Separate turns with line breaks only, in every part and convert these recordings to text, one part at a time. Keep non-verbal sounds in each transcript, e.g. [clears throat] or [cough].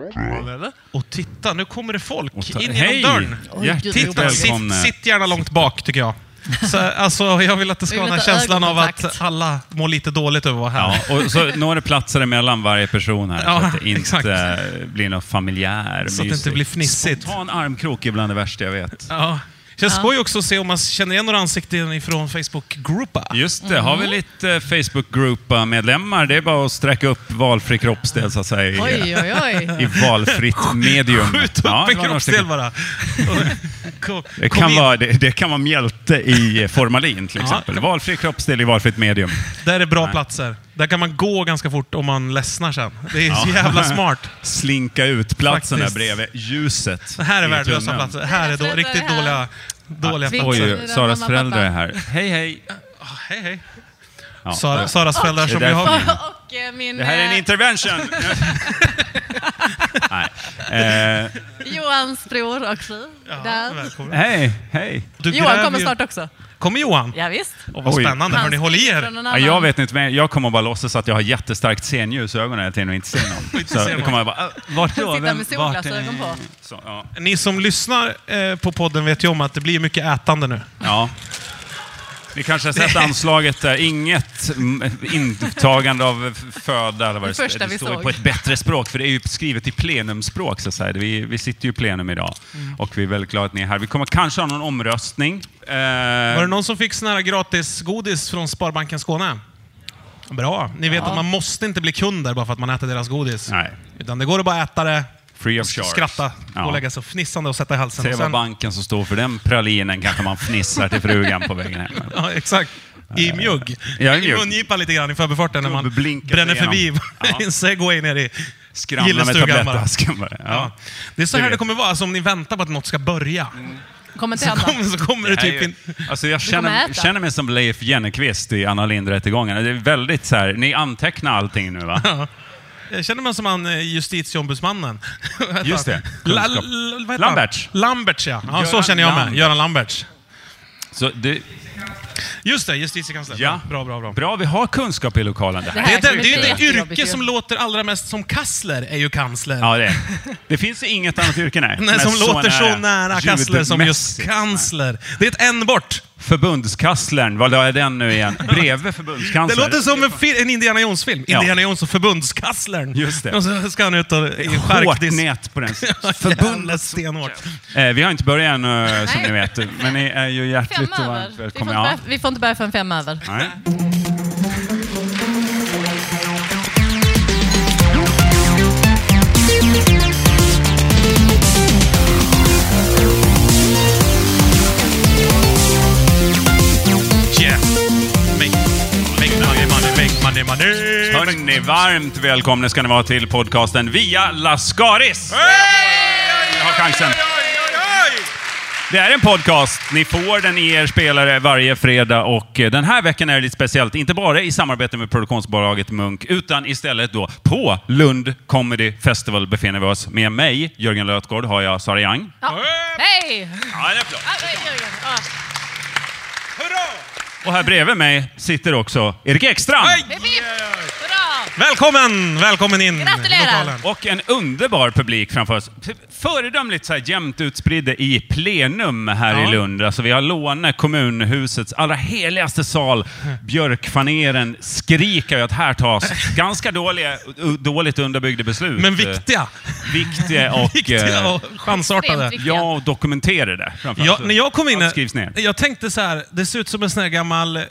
Eller?
Och titta, nu kommer det folk
Och ta-
in
Hej!
genom dörren.
Oj, Hjärtligt
gud,
Titta,
vad
sitt,
välkomna.
sitt gärna långt bak tycker jag. Så, alltså, jag vill att det ska
Vi
vara
vill
den här
ta
känslan av att
ögonkontakt.
alla mår lite dåligt över att vara här.
Ja, och så några platser emellan varje person här,
Ja,
så att det inte
exakt.
blir något familjär.
Så att det inte
mysigt.
blir fnissigt.
Spontan armkrok är bland det värsta jag vet.
Ja. Det känns skoj också att se om man känner igen några ansikten ifrån Facebook-gruppa. [laughs]
Just det, har vi
Mm.
lite Facebook-group-medlemmar, det är bara att sträcka upp valfri kroppsdel så att säga.
Oj, oj, oj.
I valfritt medium.
[laughs] Skjut upp
Ja, det
en
var några
kroppsdel
stycken.
bara.
[laughs]
Och- Kom,
Det
kom
kan,
in.
vara, det, det kan vara mjälte i formalin till
Ja.
exempel. Valfri kroppsdel i valfritt medium.
Där är bra
Nej.
platser. Där kan man gå ganska fort om man ledsnar sen. Det är
[laughs]
så jävla smart.
Slinka ut platsen
Faktiskt.
där bredvid ljuset.
Det här är
i
värdelösa
tunneln.
platser. Här är då,
Föräldrar
riktigt
här.
dåliga, dåliga
Vilka
platser.
föräldrar?
Oj, Saras
mamma,
föräldrar
pappa.
är här. Hej, hej.
Ah, Hej, hej.
Ja,
Sara,
det-
Saras föräldrar
det är
som vi
därför
har.
Och eh, min
Det här är en
eh,
intervention!
[laughs]
Nej. Eh,
Johans bror och fru.
Ja,
Där.
välkommen.
hej, hej.
Du
Johan
gräver
kommer
ju-
snart också.
Kommer Johan?
Ja, visst.
Åh, vad
Oj.
spännande. Hörni, håll i
Från
er.
någon
Ja, jag
annan.
vet inte mer. Jag kommer bara låtsas att jag har jättestarkt scenljus i ögonen hela tiden och inte ser
[laughs]
någon.
Inte ser
Så
någon.
då kommer jag bara, "Ah, vart då?
Sitta med
vart är-
solglasögon på.
Så, ja.
Ni som lyssnar eh, på podden vet ju om att det blir mycket ätande nu.
ja. Ni kanske har
[laughs]
sett anslaget där. Inget mm, intagande av f- föda eller vad det,
Det första
det
vi
står
såg.
på ett bättre språk, för det är ju skrivet i plenumspråk. Så att säga. Vi, vi sitter ju i plenum idag
Mm.
och vi är väldigt glada att ni är här. Vi kommer kanske ha någon omröstning. Eh,
Var det någon som fick sån här gratis godis från Sparbanken Skåne? Bra. Ni vet att man måste inte bli kund där bara för att man äter deras godis.
Nej.
Utan det går att bara äta det,
Free of charge.
skratta, gå
Ja.
och lägga sig fnissande och sätta i halsen.
Se
Och
vad
sen,
banken som står för den pralinen kanske man fnissar till frugan på vägen hem.
ja, exakt. I mjugg.
Ja, i
I
mjugg.
mungipan lite grann i förbifarten när man
Dubblinka sig
bränner förbi
igenom. Ja.
en segway ner [laughs] i
Skramla med
gillestugan bara.
tablettasken bara. Ja.
Ja. Det är så
Det
här det
vet.
kommer vara, alltså, om ni väntar på att något ska börja.
Kommer inte
Så,
hända.
kommer, så kommer det
Det här är
typ
ju-
in...
Alltså jag
kommer
känner,
äta.
känner mig som Leif Jennekvist i Anna Lindh-rättegången. Det är väldigt så här, ni antecknar allting nu va?
[laughs] Jag känner mig som han eh, justitieombudsmannen.
[laughs]
Vad
Just
heter
det.
han? [laughs] La,
Kunskap.
la, vad heter
Lambertz.
Han? Lambertz, ja. ja så
Göran
känner jag mig.
Lambertz.
Göran Lambertz.
Så det,
Just det, justitiekansler.
ja.
Bra, bra, bra.
Bra, vi har kunskap i lokalen. Det här.
Det är,
här
den, det, är
kommer bli
ju det
jättejobbigt
yrke
ju.
som låter allra mest som kassler, är ju kansler.
Ja, det, är. det finns ju inget annat yrke nej.
Nej, som låter så nära kassler som just
ljudmässigt.
kansler. Det är ett N bort.
Förbundskanslern, vad la jag den nu igen? Bredvid
Det
förbundskanslern.
låter som en, fil- en Indiana Jones-film.
Ja.
Indiana Jones och förbundskasslern.
Just det.
Och så ska han ut och i en
Hårt
charkdisk.
nät på den.
[laughs] Jävla stenhårt.
Eh, vi har inte börjat än, eh, som ni
Nej.
vet, men ni är ju
Fem
hjärtligt och
över.
varmt
Vi får, inte
välkomna.
börja, vi får inte börja förrän fem över.
Ja. Nej.
Yeah! Make, make money, money, make money, money!
Hörni, varmt välkomna ska ni vara till podcasten Via Lascaris! Ni har chansen. Det är en podcast. Ni får den i er spelare varje fredag och eh, den här veckan är det lite speciellt. Inte bara i samarbete med produktionsbolaget Munk utan istället då på Lund Comedy Festival befinner vi oss. Med mig, Jörgen Lötgård, har jag Sara Young.
Ja. Hej!
Ja, en applåd.
Ah, oj, oj, oj. Ah,
Och här bredvid mig sitter också Erik Ekstrand.
Hipp, hipp. Hurra!
Välkommen! Välkommen in
Gratulerar.
i lokalen.
Och en underbar publik framför oss. F- Föredömligt så här jämnt utspridda i plenum här
Ja.
i Lund. Alltså vi har Låne kommunhusets allra heligaste sal. Björkfaneren skriker ju att här tas ganska dåliga, u- dåligt underbyggda beslut.
Men viktiga.
Eh,
[laughs]
Viktiga och...
Viktiga
eh,
och chansartade.
Extremt
Ja, och dokumenterade framför
Ja,
allt.
när jag kom in
Alltså, Allt
här,
skrivs ner.
jag tänkte så här, det ser ut som en sån här gammal eh,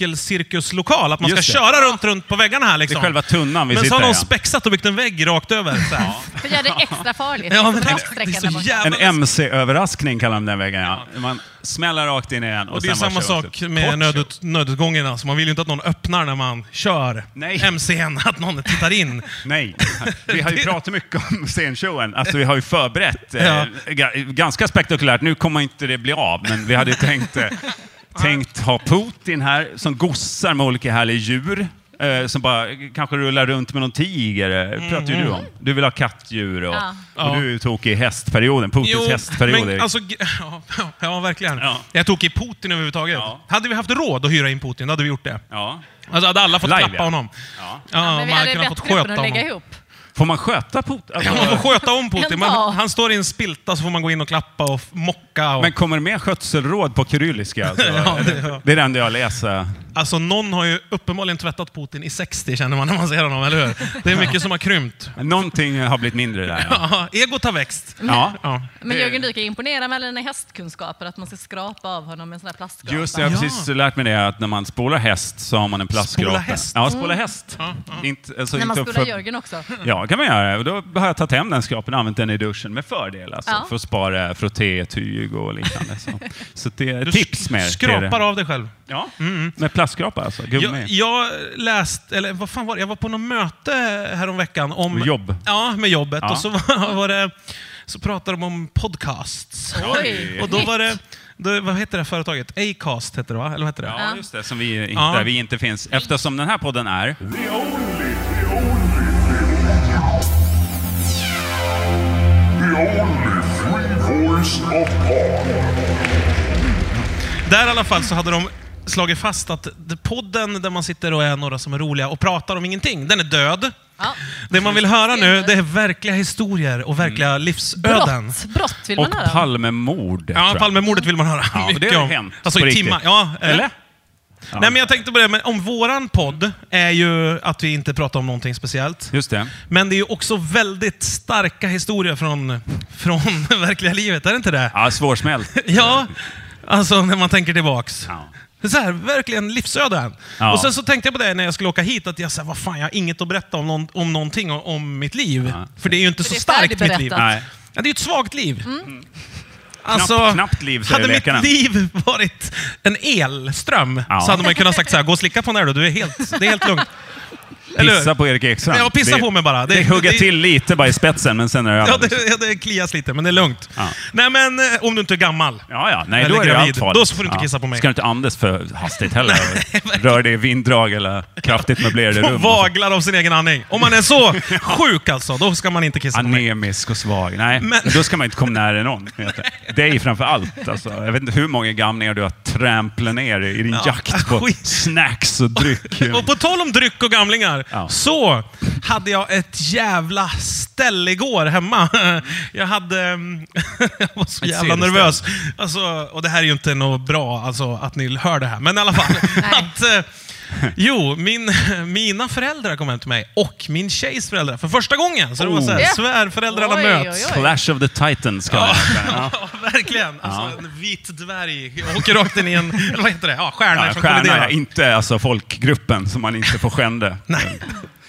motorcykelcirkuslokal, att man ska
Just det.
köra runt, runt på väggarna här.
Det
Liksom.
är själva tunnan vi
men så
sitter
har
i.
någon
ja.
spexat och byggt en vägg rakt över. Så här.
För gör det extra farligt.
Ja,
Ja,
men
men,
det-
raksträckan
det är så
där borta.
jävla-
En
alltså-
MC-överraskning kallar de den vägen. Ja. Man smäller rakt in i den.
Och det är
sen
samma
varsågod.
sak med
typ. Kort
nödut, nödutgångarna, så man vill ju inte att någon öppnar när man kör
Nej.
MCn, [laughs] att någon tittar in.
Nej, vi
[laughs]
har ju pratat mycket om scenshowen. Alltså vi har ju förberett eh,
Ja.
ga- ganska spektakulärt. Nu kommer inte det bli av, men vi hade ju
[laughs]
tänkt, eh, tänkt ha Putin här som gossar med olika härliga djur. Eh, som bara eh, kanske rullar runt med någon tiger. Mm. pratar ju du om. Du vill ha kattdjur och,
Mhm. Ja.
och du är ju tokig i hästperioden. Putins hästperiod.
men
Erik.
alltså, g- [laughs] ja, ja, ja, verkligen.
Ja.
Jag tog i Putin överhuvudtaget.
Ja.
Hade vi haft råd att hyra in Putin, då hade vi gjort det.
ja.
Alltså hade alla fått
Live,
klappa
ja.
honom.
Ja.
Ja,
Men vi
man
hade
hade kunnat
bett
fått
gruppen
sköta
att lägga
honom.
ihop.
Får man sköta Putin? Alltså,
Ja, man får sköta om Putin.
Ja.
Man, han står i en spilta så får man gå in och klappa och f- mocka. Och,
men kommer det med skötselråd på
[laughs]
kyrilliska? Alltså,
Ja, det-
det, det är det enda jag läser.
alltså, någon har ju uppenbarligen tvättat Putin i 60 känner man när man ser honom, eller hur? Det är mycket som har krympt.
Någonting har blivit mindre där. Ja.
Ja, egot har växt.
ja.
Ja.
Men Jörgen Dyk är imponerad med alla dina hästkunskaper, att man ska skrapa av honom med en sån här plastskrapa.
Just det, jag har
Ja.
precis lärt mig det, att när man spolar häst så har man en plastgrotta.
Spola häst?
Ja, spola häst. Inte, alltså,
Mm. När man
inte upp
spolar
för-
Jörgen också.
Ja, det kan man göra. Och då har jag tagit hem den skrapan och använt den i duschen med fördel. Alltså,
Ja.
För att spara frottétyg och liknande.
[laughs]
Så, så det är
Du
tips
sk-
med
Skrapar av Mm. dig själv.
Ja, med plastskrapa alltså.
Jag,
Gummi.
jag läste, eller vad fan var det? Jag var på något möte häromveckan om...
Med jobb.
Ja, med jobbet.
Ja.
Och så var, [laughs] var det... Så pratade de om podcasts.
Oj.
Och då var det... Då, vad heter det företaget? Acast heter det va? Eller vad heter det?
Ja, just det. Som vi, inte-
Ja.
där vi inte finns. Eftersom den här podden är...
The only, the only, the only free voice of Pod.
Där i alla fall så hade de slagit fast att det- podden där man sitter och är några som är roliga och pratar om ingenting, den är död.
Ja.
Det man vill höra nu, det är verkliga historier och verkliga
Mm.
livsöden.
Brott, brott vill
Och
man höra. om.
Palmemord. tror
Ja,
jag.
Palmemordet vill man höra
Ja, och
mycket
det har
om.
hänt
Alltså
på
i
riktigt.
timmar. Ja, eh,
Eller?
Nej, men jag tänkte på det, men om våran podd är ju att vi inte pratar om någonting speciellt.
Just det.
Men det är ju också väldigt starka historier från, från [laughs] verkliga livet, är det inte det?
Ja,
[laughs]
svårsmält.
Ja, alltså när man tänker tillbaks.
Ja.
Det är så här, verkligen livsöden.
Ja.
Och sen så tänkte jag på det när jag skulle åka hit, att jag sa, vad fan, jag har inget att berätta om, någon, om någonting om, om mitt liv.
Ja.
För det är ju inte
För
så
det är
starkt, mitt liv.
färdigberättat. Mm.
Nej.
Ja, det är ju ett svagt liv. Alltså,
Knappt- knappt liv, säger
Hade
läkarna.
mitt liv varit en elström
Ja.
så hade man ju kunnat sagt så här, gå och slicka på den här då, du är helt, det är
[laughs]
helt lugnt. Eller hur?
Pissa på Erik Ekstrand.
Ja, pissa
det,
på mig bara.
Det,
Det-
hugger
det-
till lite bara i spetsen, men sen är det
[laughs] Ja,
över.
det, ja, det klias lite, men det är lugnt.
Ja.
Nej, men eh, om du inte är gammal.
Ja, ja. Nej,
Eller
då är det ju
gravid.
allt farligt.
Då får du inte kissa på mig.
Ska du inte andas för hastigt
[laughs]
heller? Rör dig i vinddrag eller kraftigt möblerade
Och
rum.
vaglar av sin egen andning. Om man
[laughs]
är så sjuk alltså, då ska man inte kissa på mig.
Anemisk och svag. Nej,
Men-
då ska man inte komma nära
[laughs]
någon. vet jag. Dig framför allt. Alltså, jag vet inte hur många gamlingar du har tramplat ner i din
Ja, Ah,
jakt på
skit.
snacks och dryck.
[laughs] Och på tal om dryck och gamlingar,
Ja.
så hade jag ett jävla ställ igår hemma. [laughs] Jag hade... ehm, [laughs] jag var så
Ett
jävla
serieställ.
nervös. Alltså, och det här är ju inte något bra, alltså, att ni hör det här. Men i alla
[laughs]
fall. att, eh, jo, min, [laughs] mina föräldrar kom hem till mig och min tjejs föräldrar för första gången. Så det var så här,
Oh.
svärföräldrarna
Oj, oj,
möts.
oj.
Clash of the Titans kallar
[laughs] Ja,
jag det. Ja.
verkligen. Alltså, en vit dvärg åker rakt in i en, [laughs] eller vad heter det, ja, stjärna
Ja,
som
Stjärna, ja,
kolliderar.
inte alltså folkgruppen som man inte får skända.
Nej.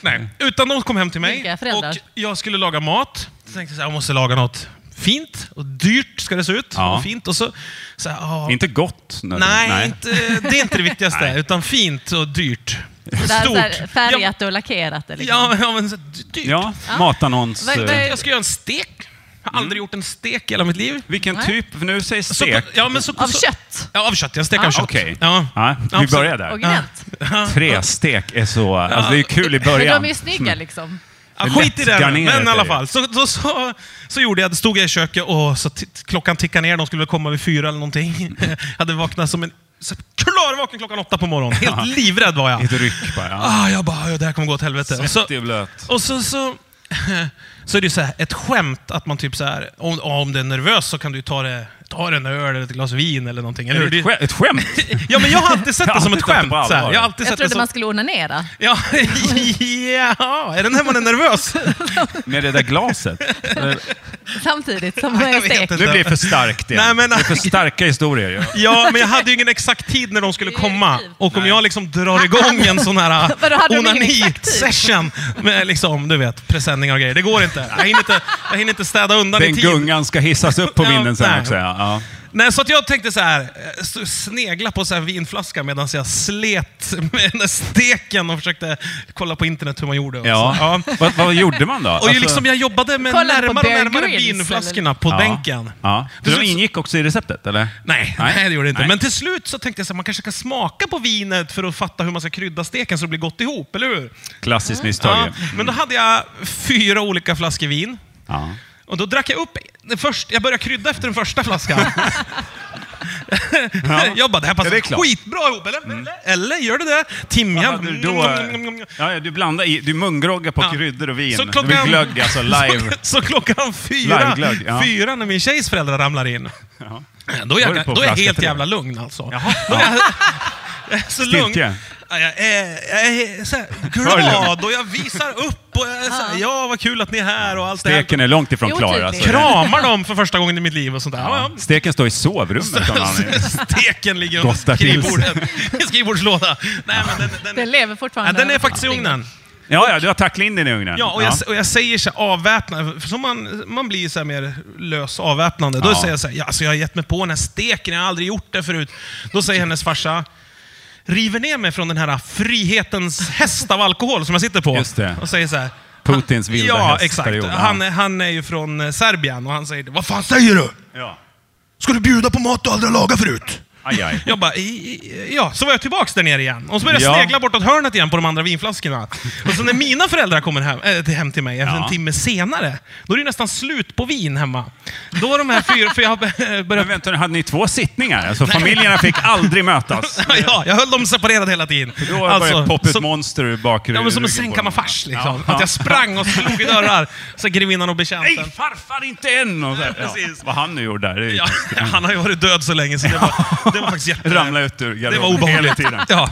Nej. Utan de kom hem till mig
Vilka föräldrar?
och jag skulle laga mat. Så tänkte jag så här, jag måste laga något fint och dyrt ska det se ut.
Ja.
Och fint. Och så, så här, ja,
Inte gott.
nej, Inte, det är inte det viktigaste, utan fint och dyrt.
Det här, så här,
Stort.
färgat och lackerat. Eller liksom.
Ja, ja, men så, här, dy- dyrt.
Ja,
Ja.
matannons. eh,
Vad- vad är-
Jag ska göra en stek. Jag har aldrig gjort en stek i hela mitt liv.
Vilken
Nej.
typ? För nu säger
Så,
Mm. stek.
ja, men så,
Av
så,
kött. Ah,
Ja, av kött. Jag stekar av kött.
Okej.
Ja.
Ja, vi
Absolut.
börjar där.
Originellt.
Tre stek är så... Alltså det är kul i
Men
början. Mm.
de är ju snygga
Mm.
liksom.
Ja,
Lätt
skit i det,
garnerat
men i
är
alla
det.
fall. Så, så, så, så gjorde jag, det stod jag i köket och så titt- klockan tickade ner, de skulle väl komma vid fyra eller någonting. [laughs] Jag hade vaknat som en så klarvaken klockan åtta på morgonen. Helt livrädd var jag.
Ett ryck bara. Ja.
Ah, jag bara, "Ja, det här kommer gå åt helvete. Och så,
Svettig och blöt.
och så, så, [laughs] så är det ju så här, ett skämt att man typ så här, om, om du är nervös så kan du ju ta, det, ta dig en öl eller ett glas vin eller någonting. Eller
Är
hur?
det ett,
Det-
skämt, ett skämt?
Ja, men jag har alltid sett
Jag har
det som ett
alltid tagit det
skämt.
på
Så här.
allvar.
Jag har alltid
Jag
sett det
trodde
som...
man skulle onanera.
Ja, ja, [laughs] är det när man är
[laughs]
nervös?
Med det där
[laughs]
glaset?
Samtidigt som man är
Jag vet
stek.
inte.
Nu blir det för starkt igen.
Nej, men-
det är för starka historier. Ja.
Ja, men jag hade ju ingen exakt tid när de skulle
Det är
komma.
ju liv.
Och om jag liksom
[laughs]
drar igång en sån här
Vadå, hade de ingen exakt tid?
onani-session med liksom, du vet, presenningar och grejer. Det går inte. Jag hinner inte, jag hinner inte städa undan i
Den
tid.
gungan ska hissas upp på
Ja,
vinden sen
nej.
också. Ja. Ja.
Nej, så att jag tänkte så här, eh, så snegla på så här vinflaska medan jag slet med den där steken och försökte kolla på internet hur man gjorde. Och så.
Ja. Vad, vad gjorde man då?
Och ju
Alltså-
liksom jag jobbade med
Kolla på
närmare och
Bear
närmare
Grylls,
vinflaskorna på
ja.
bänken.
Ja.
Till
De
slut så-
ingick också i receptet, eller?
Nej, nej. det gjorde det inte.
Nej.
Men till slut så tänkte jag att man kanske kan smaka på vinet för att fatta hur man ska krydda steken så det blir gott ihop, eller hur?
Klassiskt
Mm.
misstag.
Ja.
ju.
Men då hade jag fyra olika flaskor vin.
Ja.
Och då drack jag upp den först, Jag började krydda efter den första flaskan. [laughs] jag bara, det här
Ja, det
passar
är klart. Mm.
skitbra ihop, eller? Eller gör det det? Timjan.
Vad hade du då? Ja, ja, du blandar i, du mungroggar på
Ja.
kryddor och vin.
Så
Det
klockan-
blir glögg alltså, live.
[laughs] Så, så klockan fyra,
Liveglögg, ja.
fyra när min tjejs föräldrar ramlar in, [laughs]
Ja.
då är
Då är du
jag,
på
då är jag
flaska
helt
tre.
jävla lugn alltså.
Jaha.
Då är jag, jag är så lugn.
Stiltje.
Ja, Jag är, jag är så här
För lugn.
glad och jag visar upp och jag är så här, ja vad kul att ni är här och allt det här.
Steken är långt ifrån
Jo,
klar.
tydligt.
Alltså.
Kramar dem för första gången i mitt liv och sånt där. Ja,
Ja.
ja.
Steken står i sovrummet. har man ju.
Steken ligger
Doftar
under
till sig.
skrivbordet. I [laughs] skrivbordslåda. Nej, men den,
Den
den,
lever
ja,
fortfarande.
den är faktiskt i ugnen.
Ja, ja, du har tacklat in i ugnen.
Ja, och jag, och jag säger så här avväpnad, för som man, man blir så här mer lös avväpnande. Då
Ja.
säger jag så här, ja, alltså jag har gett mig på den här steken, jag har aldrig gjort det förut. Då säger hennes farsa, river ner mig från den här frihetens häst av alkohol som jag sitter på.
Just det.
Och säger så här,
Putins vilda
ja, exakt.
hästperiod.
Han, är- han är ju från eh, Serbien och han säger, vad fan säger du?
Ja.
Ska du bjuda på mat du aldrig har lagat förut?
Aj, aj.
Jag bara, "I- i- ja, så var jag tillbaks där nere igen. Och så började jag
Ja.
snegla bortåt hörnet igen på de andra vinflaskorna. Och så när mina föräldrar kommer hem, äh, till- hem till mig efter
Ja.
en timme senare, då är det nästan slut på vin hemma. Då är de här fyra, för jag har
[laughs] Men
börjat...
vänta nu, hade ni två sittningar? Alltså familjerna fick aldrig mötas?
[laughs] Ja, jag höll dem separerade hela tiden. Alltså,
Då har det börjat poppa ut
som,
monster ur bakgrunden.
ja, men som en sängkammarfars liksom. Att jag sprang och slog i dörrar, så grevinnan
Nej,
och betjänten.
farfar inte än! Och så här, ja.
Precis.
Vad han nu gjorde där. det är ju-
Ja, [laughs] han har ju varit död så länge, så det var, det var
[laughs]
faktiskt jätte...
Ramla ut ur
Det var
garderoben hela
obehagligt.
tiden.
[laughs] Ja.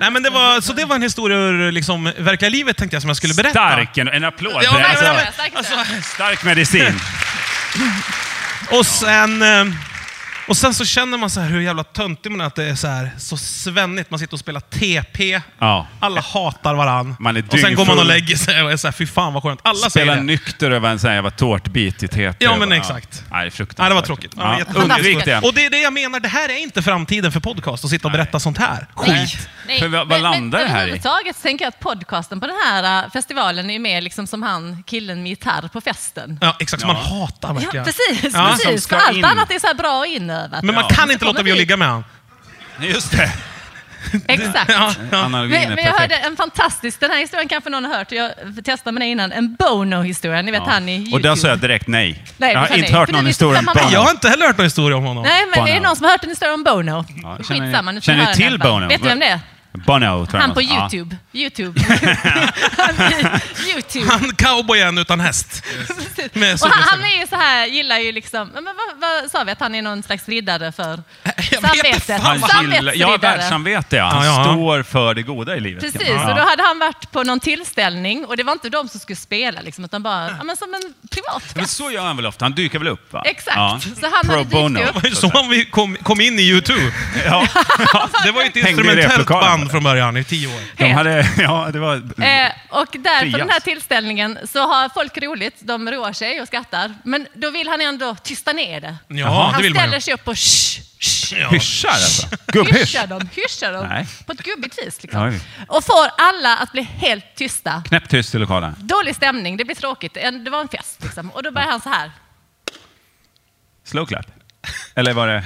Nej, men det var, så det var en historia ur liksom, verkliga livet tänkte jag som jag skulle berätta.
Stark! En, en applåd!
Ja,
för det.
men-
alltså,
men-
Starkt.
stark medicin.
Och sen... eh, Och sen så känner man så här hur jävla töntig man är, att det är så här så svennigt. Man sitter och spelar TP.
Ja.
Alla hatar varann.
Man är
och sen går man och
dyngfull.
lägger sig och är så här, fy fan vad skönt. Alla
Spela
säger det.
nykter över en sån här jävla tårtbit i TT.
Ja, men
Bara,
exakt.
Nej, det är fruktansvärt.
Nej, det var tråkigt. Ja,
Ja.
jätte-
Undvik det.
Och det är det jag menar, det här är inte framtiden för podcast, att sitta och berätta sånt här. Skit.
Nej,
För vad- vad
men-
landar det
men,
här i?
Överhuvudtaget så tänker jag att podcasten på den här äh, festivalen är ju mer liksom som han, killen med gitarr på festen.
Ja, exakt. Som
Ja.
man hatar
Ja,
verkligen.
precis.
Ja.
Som
precis.
ska
För allt
in.
annat är så här bra och inövat.
Men man
Ja.
kan inte
Så kommer
låta bli att
vi-
ligga med honom.
Just det.
Exakt.
Ja, [laughs] ja.
Analogin
Men,
är
men jag hörde
perfekt.
en fantastisk, den här historien kanske någon har hört, jag testade med det innan, en Bono-historia, ni vet han i YouTube.
Och där sa jag direkt nej.
Nej,
jag
du
har
sa
inte
nej.
hört
För det
någon
är
historia om
samma
Bono.
man.
Jag har inte heller hört någon historia om honom.
Nej, men är det
Bono.
någon som har hört en historia om Bono?
Ja, känner-
Skitsamma, nu får
känner
vi
du
höra
till
den i alla fall.
Bono?
Vet ni vem det är?
Bono, tror jag.
Han på
Ja.
YouTube.
[laughs]
YouTube. [laughs] Han i YouTube.
Han cowboyen utan häst. Med
Och han,
solglasögon.
han är ju så här, gillar ju liksom, men vad, vad sa vi att han är någon slags riddare för
Jag vet inte
samvetet?
fan vad-
Han gillar, ja, världssamvete. Ja. Han
Ja, ja.
står för det goda i livet.
Precis,
Ja.
och då hade han varit på någon tillställning och det var inte de som skulle spela liksom, utan bara ja, men som en privat
Men
fest.
så gör han väl ofta? Han dyker väl upp? Va?
Exakt.
Ja.
Så han
Pro
hade dykt
bono.
upp.
Det var ju så han vi kom, kom in i U2.
[laughs]
Ja.
Det var ju ett
Hängde i
instrumentellt
replokalen.
band från början i tio år.
De hade, ja, det var...
Mm.
Eh, och där
Frias.
på den här tillställningen så har folk roligt, de roar sig och skrattar. Men då vill han ändå tysta ner det.
Ja,
han
det vill man
ställer
ju.
sig upp och shh, shh,
Ja.
Hyschar
[laughs]
alltså? Gubbhysch?
hyschar dem, hyschar dem
Nej.
på ett gubbigt vis. Liksom.
Oj.
Och får alla att bli helt tysta.
Knäpptyst i lokalen.
Dålig stämning, det blir tråkigt. En- Det var en fest liksom. Och då börjar han så här.
Slow clap? Eller var det...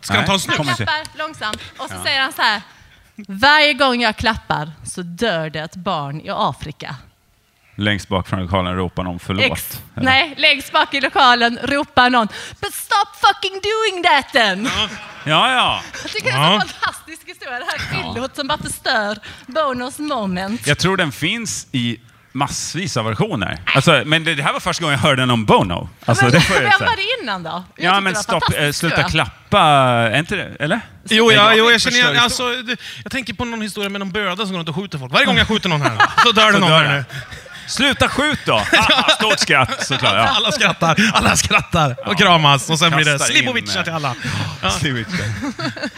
Ska han ta en snus?
kommer
Han
inte.
klappar långsamt och så säger han så här. Varje gång jag klappar så dör det ett barn i Afrika.
Längst bak från lokalen ropar någon förlåt.
Ex, nej, längst bak i lokalen ropar någon But stop fucking doing that then!
Ja, ja.
Jag tycker det är
Ja.
en fantastisk historia, det här fyllot som bara förstör bonus moment.
Jag tror den finns i massvis av versioner. Alltså, men det, det här var första gången jag hörde den om Bono. Alltså,
men
det får jag
vem
säga.
var det innan då? Jag tyckte
Ja,
det
men
var
stopp, eh,
fantastisk
sluta
historia.
klappa. Är inte det, eller?
Jo,
Nej,
ja,
jag
jo, jag
fick
känner igen...
förstå-
Alltså, det- jag tänker på någon historia med någon böda som går runt och skjuter folk. Varje gång jag skjuter någon här, så dör det
Mm. [laughs] Så
någon
dör
här
den.
nu.
Sluta skjut då! Haha, Stort skratt såklart. Ja.
Alla skrattar, alla skrattar och kramas. Och sen blir det
Kastar in, eh,
Slibovica till alla.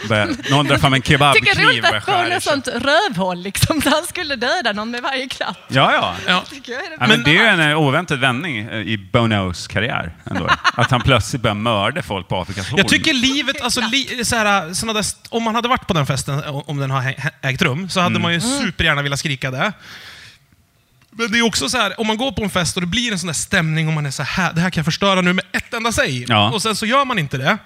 Börjar- Någon drar fram en
Tycker det är
kebabkniv
roligt
börjar
att
skära i
Bono är
kött.
sånt rövhål liksom, så han skulle döda någon med varje klapp.
Ja, ja.
Ja.
Tycker jag är det
Ja, men
bästa.
det är ju en eh, oväntad vändning eh, i Bonos karriär.
[laughs]
Ändå. Att han plötsligt börjar mörda folk på Afrikas horn.
Jag tycker livet, alltså, li, så här, såna där, st- om man hade varit på den festen, o- om den har hä- ägt rum, så hade
Mm.
man ju
Mm.
supergärna velat skrika det. Men det är också så här, om man går på en fest och det blir en sån där stämning och man är så här, det här kan jag förstöra nu med ett enda säg.
Ja.
Och sen så gör man inte det.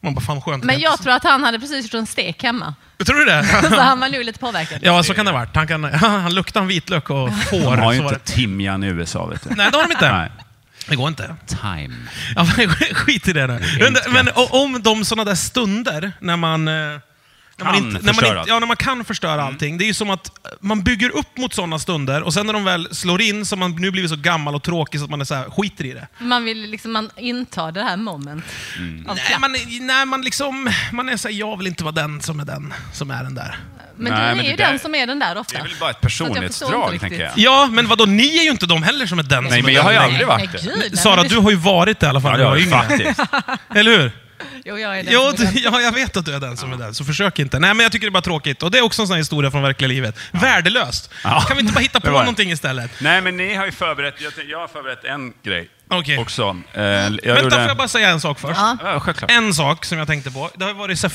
Man bara, fan vad skönt.
Men jag tror att han hade precis gjort en stek hemma.
Tror du det?
[laughs]
Så han var nog lite påverkad.
ja, så kan [laughs] det ha varit. Han, kan, han luktar vitlök och får.
De har ju
så var
inte
det.
timjan i USA, vet du.
Nej, det har de inte.
Nej.
Det går inte.
Time.
Ja, men [laughs] skit i det nu. Men, men o- om de sådana där stunder när man... eh, När
Kan
man, inte, när, man
förstöra. Mm.
inte, ja, när man kan förstöra allting. Det är ju som att man bygger upp mot sådana stunder och sen när de väl slår in så har man nu blivit så gammal och tråkig så att man är så här, skiter i det.
Man vill liksom, man intar det här moment
Mm.
av
Nej,
Äh.
klapp.
man, nej, man liksom... Man är så här, jag vill inte vara den som är den som är den där.
Men
Nej,
du är
men
ju
det där-
den som är den
Det
där
är
ofta.
väl bara ett
Så att jag förstår
personlighetsdrag,
inte
tänker jag.
riktigt.
Ja, men vadå, ni är ju inte de heller som är den som
Nej,
är
men
den
jag har ju
där.
aldrig varit det.
Nej, gud, nej,
Sara,
men
du har ju varit det i alla fall
Ja,
när
det
du
har
var
jag
yngre.
faktiskt.
Eller hur?
Jo, jag är den
Ja,
som är
du,
den.
ja, jag vet att du är den som är den, så försök inte. Nej, men jag tycker det är bara tråkigt. Och det är också en sån här historia från verkliga livet. Värdelöst!
Ja.
Kan vi inte bara hitta på
Det var det.
någonting istället?
Nej, men ni har ju förberett... Jag, tänkte- jag har förberett en grej
Okej.
också. Eh, jag
Vänta,
gjorde...
får jag bara säga en sak först?
Ja.
Ja, självklart.
En sak som jag tänkte på. Det har ju varit så här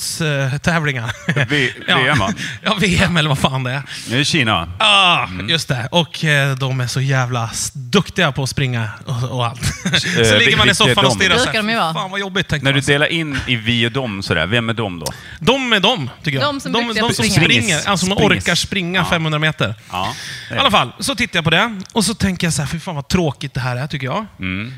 friidrottstävlingar. [laughs]
V- VM, va?
Ja, VM eller vad fan det är.
Nu är det Kina.
Ah,
Mm.
Just det. Och eh, de är så jävla s- duktiga på att springa och, och allt. så ligger man i
vilka
soffan
Eh, är
och
de?
stirrar så här,
Brukar de ju
"Fy
vara."
Fan vad jobbigt, tänkte
När du
man.
delar in i vi och dom sådär, vem är dom då?
De är de, tycker jag.
De som är
de,
duktiga på
som
att
springer.
springa.
Alltså, som
Springis.
orkar springa
Ja.
500 meter.
Ja. det är
I alla fall, så tittar jag på det och så tänker jag så här, fy fan vad tråkigt det här är tycker jag.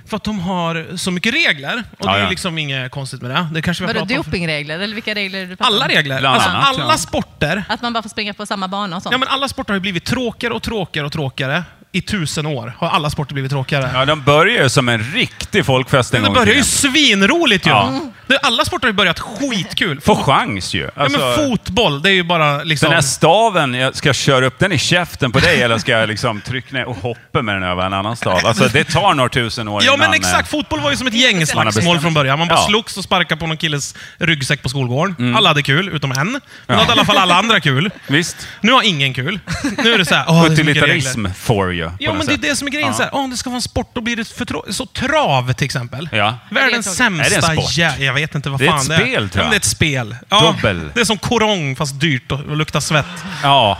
För att de har så mycket regler och
Mm. Ja,
det är
ja.
ju liksom inget konstigt med det. Det kanske vi har
Vadå,
pratat om. för-
dopingregler? Eller vilka regler du pratar om?
Alla regler.
Bland
Alltså,
annat,
alla
ja.
sporter.
Att man bara får springa på samma bana och sånt?
Ja, men alla sporter har ju blivit tråkigare och tråkigare och tråkigare. I tusen år har alla sporter blivit tråkigare.
Ja, de börjar ju som en riktig folkfest en
Men det
gång
börjar
i
ju
tiden.
svinroligt ju.
Ja.
Det- Alla sporter har ju börjat skitkul.
Få chans ju.
Ja,
Alltså,
men fotboll, det är ju bara liksom...
den här staven, jag- ska jag köra upp den i käften på dig eller ska jag liksom trycka ner och hoppa med den över en annan stav? Alltså det tar några tusen år
Ja,
innan... eh,
men exakt. Fotboll var ju som ett gäng
Man har
slagsmål
bestämt.
från början. Man bara
Ja. Mm.
slogs och sparkade på någon killes ryggsäck på skolgården. Alla hade kul, utom en. Men hade i alla fall alla andra kul.
eh, Visst?
Nu har ingen kul. Nu är det så här, åh, det är så mycket regler.
Utilitarism for you. på
Ja,
något
men det är
sätt.
det som är grejen.
Ja.
Så här, åh, om det ska vara en sport, då blir det för trå- Så trav, till exempel.
Ja.
Världens
Ja, det är
tråkigt.
sämsta...
Är det en sport?
jä- jag vet inte vad
Det är ett
fan det är.
spel, tror jag.
Ja, men det är ett spel. Ja,
Dubbel.
Det är som korong, fast dyrt och, och luktar svett.
Ja.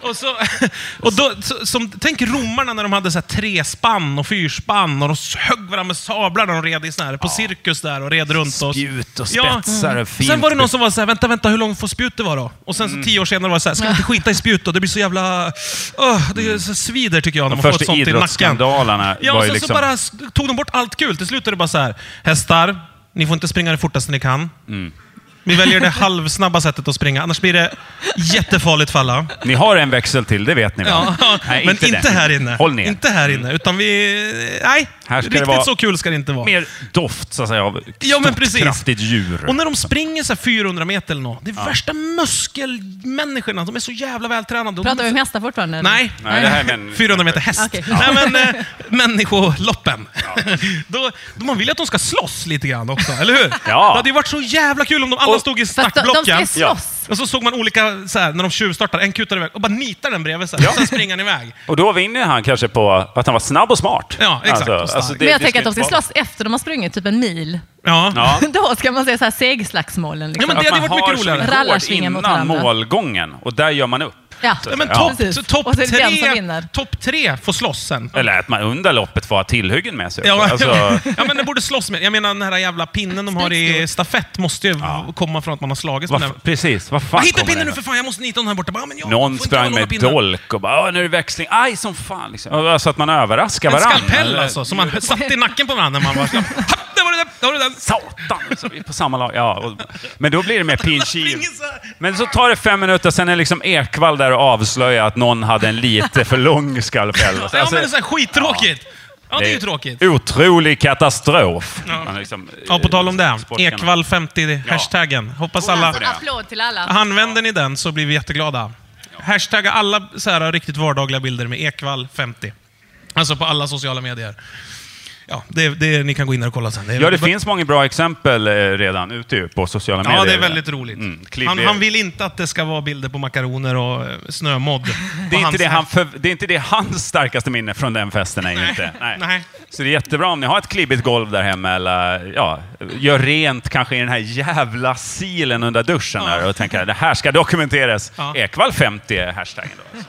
Och så, [laughs] och då, så, som, tänk romarna när de hade så här tre spann och fyrspann och de högg varandra med sablar när de red i sån här, på cirkus där och red runt. Och,
Spjut och
Ja.
spetsar och fint. Mm.
Sen var det någon som var så här, vänta, vänta, hur långt får spjut det vara då? Och sen så tio år senare var det så här, ska vi inte skita i spjut då? Det blir så jävla... Öh, det är så svider tycker jag när
De
man får ett
första
sånt i nacken.
idrottsskandalerna
Ja, och
var ju
sen
liksom...
så bara s- tog de bort allt kul. Till slut är det bara så här, hästar, ni får inte springa det fortaste ni kan.
Mm.
Vi väljer det halvsnabba sättet att springa, annars blir det jättefarligt för alla.
Ni har en växel till, det vet ni
[laughs]
va?
Ja,
Nej,
men inte,
den.
här inne.
Håll ner.
Inte här inne, utan vi... Nej,
Här ska det
riktigt
vara-
så kul ska det inte vara.
Mer doft, så att säga, av
Ja, men
stort,
precis.
kraftigt djur.
Och när de springer så här 400 meter eller något, det är värsta muskelmänniskorna. De är så jävla vältränade. Och de-
Pratar vi om hästar fortfarande? eller?
Nej.
Nej, det här är men...
400 meter häst.
Okej.
Nej,
[laughs]
men äh, människoloppen. [laughs] Då, då man vill ju att de ska slåss lite grann också, eller hur?
Ja.
Det hade ju varit så jävla kul om de alla
Och-
stod i
För att de, de ska
startblocken.
ju slåss.
Och så såg man olika, så här, när de tjuvstartar, en kutar iväg och bara nitar den bredvid så här.
Ja.
Sen springer han iväg.
Och då vinner han kanske på att han var snabb och smart. Alltså,
Ja, exakt, och stark.
Men jag
det
tänker att de
ska
ska
inte
slåss efter de har sprungit typ en mil. [laughs]
Ja.
vara- Ja.
Då ska man säga så här segslagsmålen.
Ja,
Liksom.
men
Att
det hade
man
varit
har
mycket roligare.
sin rekord
Rallarsvingar mot
innan
varandra.
målgången och där gör man upp.
Ja.
Ja, men
Ja.
topp
Precis.
så topp
Och så är det den som
tre,
vinner.
topp tre får slåss sen.
Eller att man under loppet får ha tillhyggen med sig.
Ja,
Alltså,
[laughs] ja, men det borde slåss med. Jag menar den här jävla pinnen de har i
Spikskor.
stafett måste ju komma från att man har slagits
vad
med
f-
den.
precis, vad fan
Vad hittar
kommer
pinnen
det
nu för
här?
fan? Jag måste nita den här borta. Bara, men jag får
Någon
inte
sprang
låna
med
pinnen.
dolk och bara "Åh, nu är det växling. Aj som fan! Liksom. Alltså att man överraskar
En
varandra.
skalpell
Eller-
alltså, som
[laughs]
man satte i nacken på varandra. när Man var så här, "Happ, där var det där, där var det den.
Alltså- Satan! Så vi är på samma lag. Ja, och, men då blir det
[laughs]
mer pinchiv.
springer så här.
Men så tar det fem minuter, sen är liksom Ekwall där och avslöjar att någon hade en lite för lång skalpell. Alltså,
Ja, men det är så här skittråkigt. Ja, det är ju tråkigt.
Otrolig katastrof. Man liksom,
Ja, eh, på tal om det.
sportkanal.
Ekvall 50, hashtaggen. Hoppas alla...
Alltså, applåd till alla.
Använder ni den så blir vi jätteglada. Hashtagga alla så här riktigt vardagliga bilder med Ekvall50. Alltså på alla sociala medier. Ja, det, det, ni kan gå in där och kolla sen. Det är-
Ja, det finns många bra exempel eh, redan ute ju på sociala medier.
Ja, det är väldigt roligt.
Mm, klipp
han,
er.
han vill inte att det ska vara bilder på makaroner och eh, snömodd.
Det är, inte det, han för, det är inte det hans starkaste minne från den festen är ju
[laughs]
inte.
nej.
Så det är jättebra om ni har ett klibbigt golv där hemma eller ja, gör rent kanske i den här jävla silen under duschen
Ja.
där och tänker det här ska dokumenteras.
Ja.
Ekwall 50 är hashtaggen då.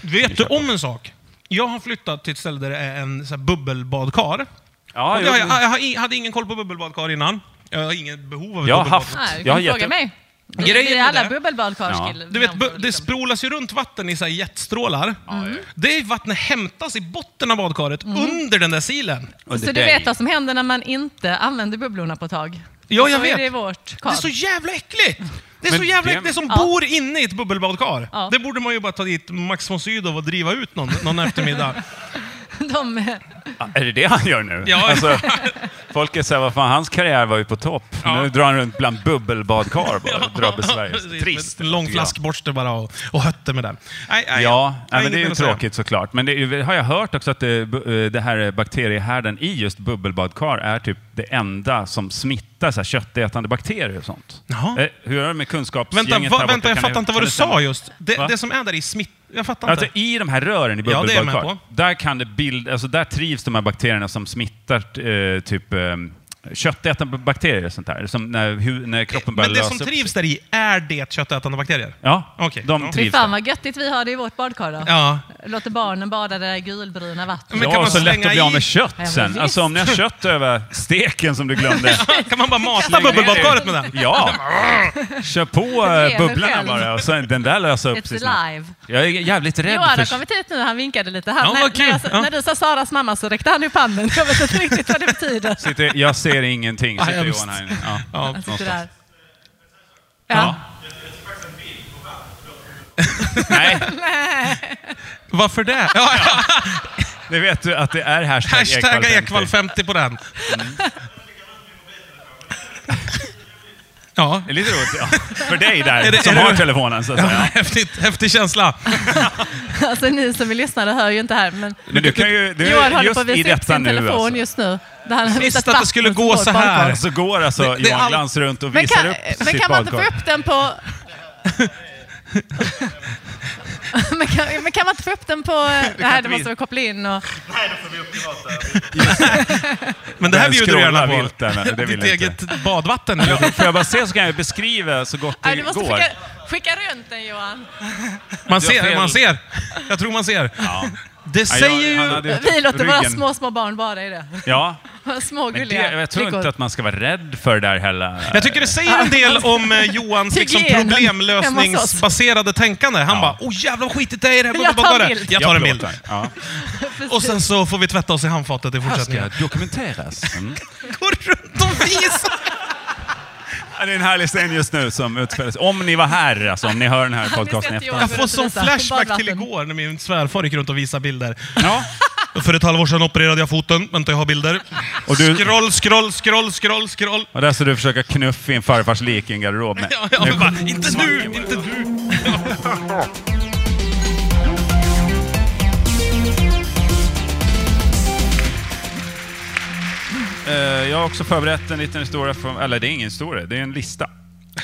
Vet du om en sak? Jag har flyttat till ett ställe där det är en så här bubbelbadkar.
Ja,
Och det
Ah, jo,
har jag, jag har i- hade ingen koll på bubbelbadkar innan. Jag har ingen behov av ett
Jag har
bubbelbadkar.
haft-
Nej, du
Jag har
kan
gett
fråga
upp.
mig. Det,
Grejen
det är
med
alla
det-
bubbelbadkarskillar.
Ja.
Du vet, bu- det
liksom.
sprulas ju runt vatten i så här jetstrålar.
Mm.
Det vattnet hämtas i botten av badkaret
Mm.
under den där silen.
så du vet vad som händer när man inte använder bubblorna på ett tag?
Ja, jag
så
vet.
Är det i vårt
Det
kar.
är så jävla äckligt! Det är
Men
så jävla
det-
äckligt. Det som
Ja.
bor inne i ett bubbelbadkar.
Ja.
Det borde man ju bara ta dit Max von Sydow och driva ut någon,
[laughs]
någon eftermiddag.
De,
Är det det han gör nu?
Ja.
Alltså, folk är såhär, vad fan, hans karriär var ju på topp.
Ja.
Nu drar han runt bland bubbelbadkar bara. och Drar på Sverige.
[laughs] Precis,
Trist.
med En lång
tycker jag.
flaskborste bara och, och hötte med den. Nej, nej,
Ja,
jag har
nej, men
inget
det är
mer
ju
att säga.
tråkigt såklart. Men det, är- har jag hört också att det, bu- eh, det här bakteriehärden i just bubbelbadkar är typ det enda som smittar så här, köttätande bakterier och sånt.
Jaha.
Eh, Hur är det med kunskapsgänget
Vänta,
här
va,
borta?
vänta, jag
Kan
fattar inte vad
kan
du sa just. Det,
Va?
det som är där i smitt... Jag fattar inte.
Alltså, I de här rören i
Ja, det är jag med
bubbelbadkar,
på.
där, kan det bild, alltså, där trivs de här bakterierna som smittar eh, typ eh, köttätande bakterier och sånt där. Som när, hu, när kroppen börjar
men det
lösa
som
upp
trivs
sig.
där i, är det köttätande bakterier?
Ja,
Okej,
de
ja.
fy
trivs
fan
där.
vad göttigt vi har det i vårt badkar då.
Ja.
Låter barnen bada det där gulbruna vattnet.
Men kan
ja,
man
så lätt
slänga
att bli av
i-
med kött
Ja,
sen.
visst.
Alltså om ni har kött över steken som du
[laughs]
glömde.
Kan man bara mata
Släng ner
bubbelbadkaret med
det.
den?
Ja. Kör på
Lever
eh, bubblorna
själv.
bara och sen den där löser upp
It's
sig snabbt.
alive.
Jag är jävligt rädd
Johan har
för...
kommit hit nu, han vinkade lite. Han,
Ja,
när,
vad kul.
när, jag, sa-
Ja.
när du sa Saras mamma så räckte han upp handen. Jag vet inte riktigt vad det betyder.
Sitter, jag ser ingenting,
[laughs] Ja,
sitter
jag
Johan här inne. Ja.
Ja.
Han sitter där.
Ja.
Ja.
Nej,
Varför det? Ja, ja.
det vet du att det är hashtag,
Hashtagga
Ekwall
Ekwall 50 på den. Ja,
Det är lite roligt. Ja. För dig där,
Är det-
som
är det-
har telefonen så att säga.
häftigt, häftig känsla.
Alltså ni som är lyssnare hör ju inte här, men
Men du kan ju... Du,
Johan håller på att
just i
visa upp
detta
sin
nu
telefon
alltså.
just nu. Där han har
Visst
hittat
att det
vatten
skulle
som
gå
står
så
på
här.
badkaret.
Så går alltså
Det- det är
Johan
all-
Glans runt och
Men
visar
kan,
upp
men
sitt
kan man inte få
badkar.
upp den
[laughs]
på... men, kan, men kan man inte få upp den på... Nej, det
vi-
måste vi koppla in och...
Men det här
Den
bjuder du gärna
scrollar
på.
vilt där, men det vill
Ditt
jag inte.
eget badvatten. eller?
Får jag bara se så kan jag beskriva så gott
Nej,
det
du måste
går.
skicka, skicka runt den Johan.
Man
Du har
ser,
fel.
man ser. Jag tror man ser.
Ja.
Det
Ja, jag-
säger
han
ju...
hade ju
Vi låter våra
ryggen.
små, små barn bada i det.
Ja,
Små
men det,
gulliga
jag tror
flickor.
inte att man ska vara rädd för det där heller.
Jag tycker det säger en del om eh, Johans liksom,
Hygienen hemma hos oss.
problemlösningsbaserade tänkande. Han
Ja.
bara “Åh jävlar vad skitigt det är i det här
Jag tar
bubbelbadkaret”.
mild.
Jag tar en bild.
Ja.
Och sen så får vi tvätta oss i handfatet i fortsättningen.
dokumenteras. Mm.
Går runt och visar!
Ja, Det är en härlig scen just nu som utspelas. Om ni var här, alltså, om ni hör den här podcasten
sett
efter.
[laughs]
Johan?
Jag får som flashback till
Badvatten.
igår när min svärfar gick runt och visade bilder.
Ja.
För ett halvår sedan opererade jag foten. Vänta, jag har bilder.
Och du-
Scroll, scroll, scroll, scroll, scroll.
Och där ska du försöka knuffa in farfars lik i en garderob med.
Ja, ja, men bara, inte nu, inte nu.
Eh, Jag har också förberett en liten historia, från, eller det är ingen historia, det är en lista.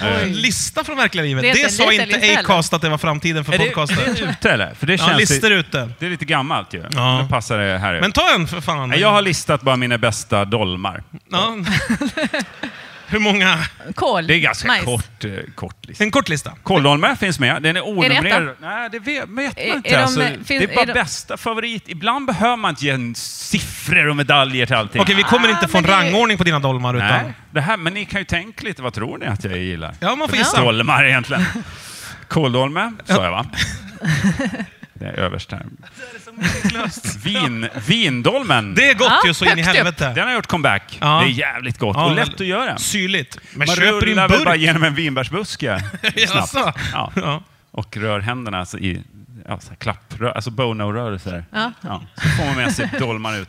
En lista från verkliga livet.
Det är
Det,
inte en
sa
liten lista
inte
heller.
Acast att det var framtiden för
Är det, är
[laughs]
podcasten.
det ute eller? För det
Ja,
känns...
listor
det,
ute.
det är lite gammalt ju.
Ja.
Det passar det här.
Men ta en för fan.
Nej, Jag har listat bara mina bästa dolmar.
Ja. [laughs] Hur många?
Kål.
Det är ganska
Majs.
kort, eh, kort lista.
En kort lista.
Kåldolmar finns med. Den är
Är det
onumrerad.
etta?
Nej, det vet vet
Är-
man inte.
är de-
alltså,
finns-
det är bara
är de-
bästa favorit. Ibland behöver man inte ge en siffror och medaljer till allting.
Okej, vi kommer inte
Ah,
få en
men det-
rangordning på dina dolmar.
Nej,
Utan...
det här, men ni kan ju tänka lite. Vad tror ni att jag gillar?
Ja, man får
Ja.
gissa.
Dolmar
[laughs]
egentligen. Kåldolme, sa jag va? [laughs] Det är överst här.
Alltså,
Vin, vindolmen.
Det är gott
Ja,
ju, så in i
högt upp.
helvete.
Den har gjort comeback.
Ja.
Det är jävligt gott
Ja,
och
men-
lätt att göra.
Syrligt. Men
Man
köper du en
rullar väl bara
burk?
genom en
[laughs]
vinbärsbuske snabbt.
Jaså?
Ja.
Ja.
och rör händerna alltså i ja, så här klapprö- alltså bono-rörelser.
Ja.
så får man med sig dolman
[laughs]
ut.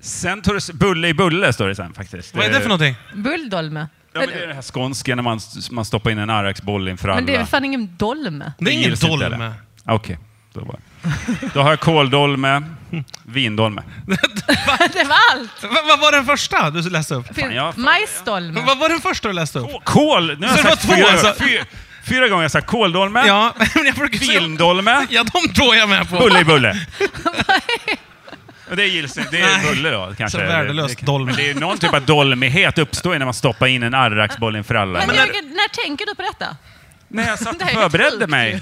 Sen tar du s- bulle i bulle, står det sen faktiskt.
Vad är det för någonting?
Bulldolme.
Ja, men det är det här skånska när man, s- man stoppar in en arraksboll inför alla.
Men det är väl fan ingen dolme? [laughs]
Det är ingen
gills inte,
dolme.
eller? Ah, Okej, då bara. Då har jag kåldolme, vindolme.
det var allt!
Va- Vad var den första du läste upp?
Fin-
jag-
Majsdolme.
Vad var den första du läste upp?
Åh, Kål! Nu har
Så
jag
det
sagt
var två,
fyra,
alltså?
fyra, fyra gånger. Jag har sagt kåldolme,
Ja, [laughs] men jag brukar säga...
vindolme,
Ja, de två är jag med på.
bulle i bulle.
[laughs]
Och det gills inte. Det är
Nej.
bulle då kanske.
Så värdelöst
Det-
dolme.
Men det är någon typ av dolmighet uppstår ju när man stoppar in en arraksboll inför alla.
Men
Men
Jörgen, när tänker du på detta? [laughs]
när jag satt
det
och
här är
förberedde
sjukt
mig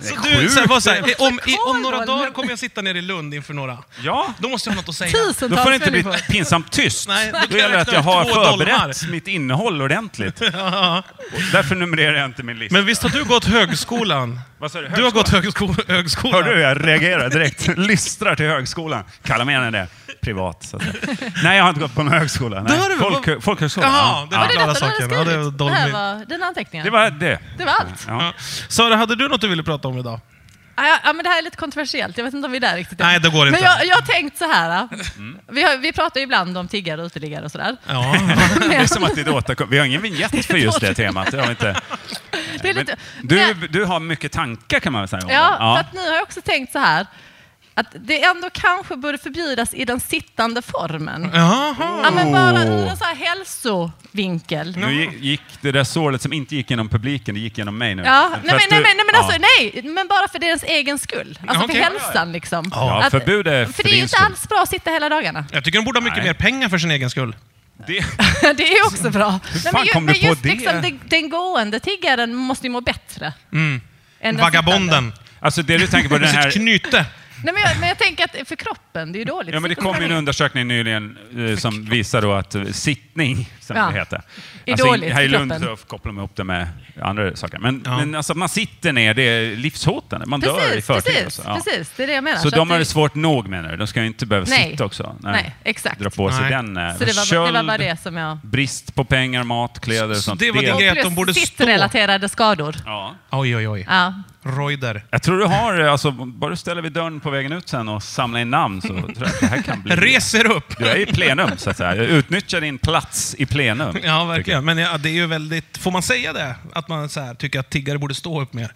Det är
Så du så här,
sjukt.
var så här, eh, om, i, om några
Korvboll.
dagar kommer jag sitta nere i Lund inför några.
Ja.
Då måste jag ha något att säga.
Då
Tusentals
får det inte bli
människor.
pinsamt tyst.
Nej, då kan
då
jag
gäller det att
räkna
jag
ut
har
två
förberett
dolmar.
mitt innehåll
[laughs]
ordentligt. Och Därför numrerar jag inte min lista.
Men visst har du gått högskolan?
Vad sa du?
Du har gått högsko högskolan.
Hör du hur jag reagerar direkt? [laughs] Lystrar till högskolan. Kalla mig gärna det. Privat. Så att säga. Nej, jag har inte gått på någon högskola. Nej.
Det har du väl?
Folk, folkhögskola.
Jaha, det
ja.
Var det
Glada
detta du
saker.
hade skrivit?
Ja, det
det,
var
det här
Dolby.
var dina anteckningar?
det var det.
Det var allt.
Ja.
Ja. Sara, hade du något du ville prata om idag?
Ah, Ja, ja, men det här är lite kontroversiellt. Jag vet inte om vi är där riktigt än.
Nej, det går
Men
inte.
jag, jag har tänkt så här. ah.
Mm.
Vi, har, vi pratar ju ibland om tiggare och uteliggare och sådär.
Ja.
Det är som att det är återkom- Vi har ingen vignett för just det temat. Det har vi inte.
Det
Men
är lite,
du,
men-
du har mycket tankar kan man väl säga om
ja,
det. Ja.
för att nu har jag också tänkt så här. Att det ändå kanske borde förbjudas i den sittande formen.
Mm. Jaha.
Ja, men bara ur en så här hälsovinkel.
Oh. Nu gi- gick det där sålet som inte gick genom publiken, det gick genom mig nu.
Ja,
För
nej, men,
att
nej,
du-
men, nej, men
ja.
alltså, nej, men bara för deras egen skull. Alltså
Okej.
för hälsan liksom.
Ja, förbud är
för
för
det är ju
din
inte
skull.
alls bra att sitta hela dagarna. [laughs]
Jag tycker de borde ha mycket
Nej.
mer pengar för sin egen skull.
Det,
Det är också bra. Hur
fan kom du på det?
Liksom, den, den gående tiggaren måste ju må bättre.
Mm.
än den sittande.
Vagabonden.
alltså det du tänker på, den
Med
här...
sitt knyte.
Nej, men, jag, men jag tänker att för kroppen, det är ju dåligt.
Ja, men det
Sitter
kom ju en
man-
undersökning nyligen eh, som visar då att eh, sittning, som
Ja.
det heter.
Är
Alltså,
dåligt
här i
för
Lund
kroppen.
så kopplar man ihop det med andra saker. Men,
Ja.
men alltså, man sitter ner, det är livshotande. Man dör i
Precis,
förtid.
precis,
alltså. Ja.
precis. Det är det jag menar.
Så,
att
de har
det-
det svårt nog menar du? De ska ju inte behöva
Nej.
sitta också?
Nej, exakt.
Dra på sig
Nej.
den. eh,
Så det var, det var bara
köld,
det som jag...
Brist på pengar, mat, kläder och
Så
sånt.
det var din
Och
grej att de
plus
borde stå.
sittrelaterade skador.
Ja.
Oj, oj, oj.
Ja.
Reuter.
Jag tror du har, alltså, bara du ställer vid dörren på vägen ut sen och samlar in namn så tror jag att det här kan bli...
Mm.
Reser upp.
Du är i plenum, så att säga. Utnyttja din plats i plenum.
[laughs] Ja, verkligen. Men ja, det är ju väldigt... Får man säga det? Att man så här, tycker att tiggare borde stå upp
[laughs]
mer?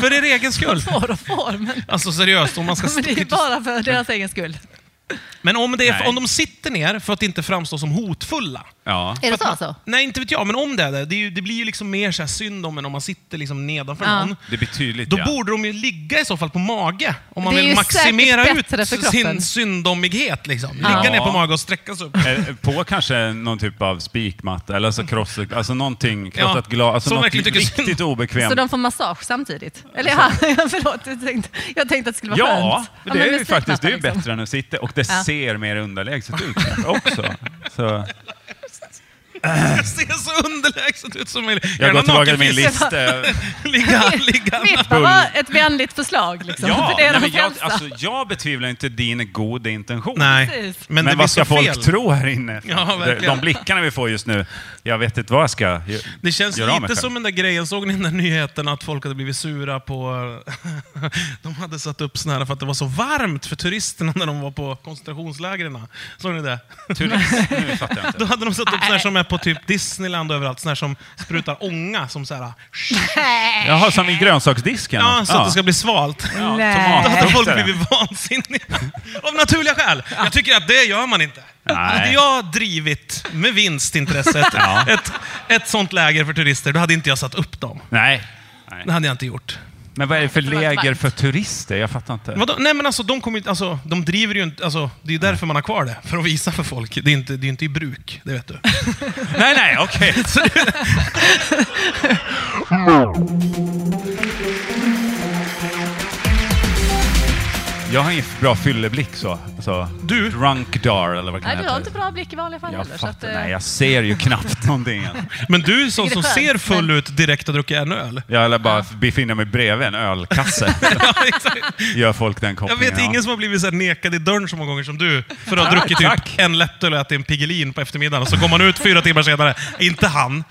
för er egen skull.
Får och
[laughs]
får, men,
Alltså seriöst, om man ska...
[laughs] men det är ju bara för deras egen skull.
Men om, det är,
Nej.
om de sitter ner för att inte framstå som hotfulla.
Ja.
Är det så
För att
alltså?
Man, nej, inte vet jag. Men om det är det. Det, är ju, det blir ju liksom mer så här synd om än om man sitter liksom nedanför
Ja.
någon.
Det blir tydligt,
Då
ja.
borde de ju ligga i så fall på mage. Om man
Det är
vill
ju
maximera
säkert
ut
bättre för kroppen.
sin syndomighet. Liksom.
Ja.
Ligga ner på
Ja.
mage och sträcka sig upp.
Eh, På kanske någon typ av spikmatta eller alltså kross, alltså någonting, krossat glas, alltså
som
något
verkligen tycker synd.
riktigt obekvämt.
Så de får massage samtidigt? Eller [laughs] ja, förlåt, jag tänkte, jag tänkte att det skulle vara
Ja,
skönt.
det
men
är ju
med
faktiskt det är ju
stryknappar liksom.
bättre än att sitta och det
Ja.
ser mer underlägset
[laughs]
ut kanske också. Så
Det ser så underlägset ut som möjligt.
jag
Gärna
går tillbaka till min
nakenfis.
[laughs]
lista.
[laughs] ligga, ligga.
liksom. Mitt
Bull.
var ett vänligt förslag. Liksom,
Ja,
för [laughs] det är
nej,
de
men jag,
främsta.
alltså, jag betvivlar inte din goda intention.
Nej,
Precis.
men,
Men,
det blir
vad ska
så
folk
fel.
tro här inne?
Ja,
de,
verkligen.
de blickarna vi får just nu. Jag vet inte vad jag ska gö-
Det känns
göra av mig
lite
själv.
som den där grejen, såg ni den där nyheten att folk hade blivit sura på... [laughs] de hade satt upp såna här för att det var så varmt för turisterna när de var på koncentrationslägren. Såg
[laughs]
ni det?
Turism, nu fattar jag
Då
inte.
hade de satt upp såna här som är på typ Disneyland och överallt, såna här som sprutar ånga som så här...
Jaha, som i grönsaksdisken?
Ja, så att det ska bli svalt.
Ja,
Nej.
Då
tomatdisken.
hade folk blivit vansinniga. [laughs] Av naturliga skäl. Jag tycker att det gör man inte.
Nej.
Hade jag drivit med
[laughs]
vinstintresset
Ja.
ett, ett sånt läger för turister, då hade inte jag satt upp dem.
Nej. Nej.
Det hade jag inte gjort.
Men vad är det för
var
läger
varmt.
för turister? Jag fattar inte.
Vadå? Nej men alltså, de, kommer, ju inte- alltså, de driver ju inte... Alltså, det är ju därför man har kvar det. För att visa för folk. Det är inte, det är inte i bruk, det vet du.
Nej, nej, okej. [laughs] Jag har ingen bra fylleblick så. så.
Du?
Drunk dar eller vad kan
Nej,
det
du
heta?
har inte bra blick i vanliga fall
Jag
heller. så att,
fattar.
eh,
Nej, jag ser ju knappt [laughs] någonting än.
Men du
[laughs]
som, som
Tycker det är
ser
skönt,
full
men-
ut direkt och druckit en öl.
[laughs]
Jag lär bara befinna mig bredvid en ölkasse.
Ja, exakt.
Gör folk den
Jag
kopplingen.
vet ingen som har blivit så här nekad i dörren så många gånger som du. För att ha druckit
tack.
typ en lättöl och ätit en Piggelin på eftermiddagen. Och så går man ut fyra timmar senare. Inte han.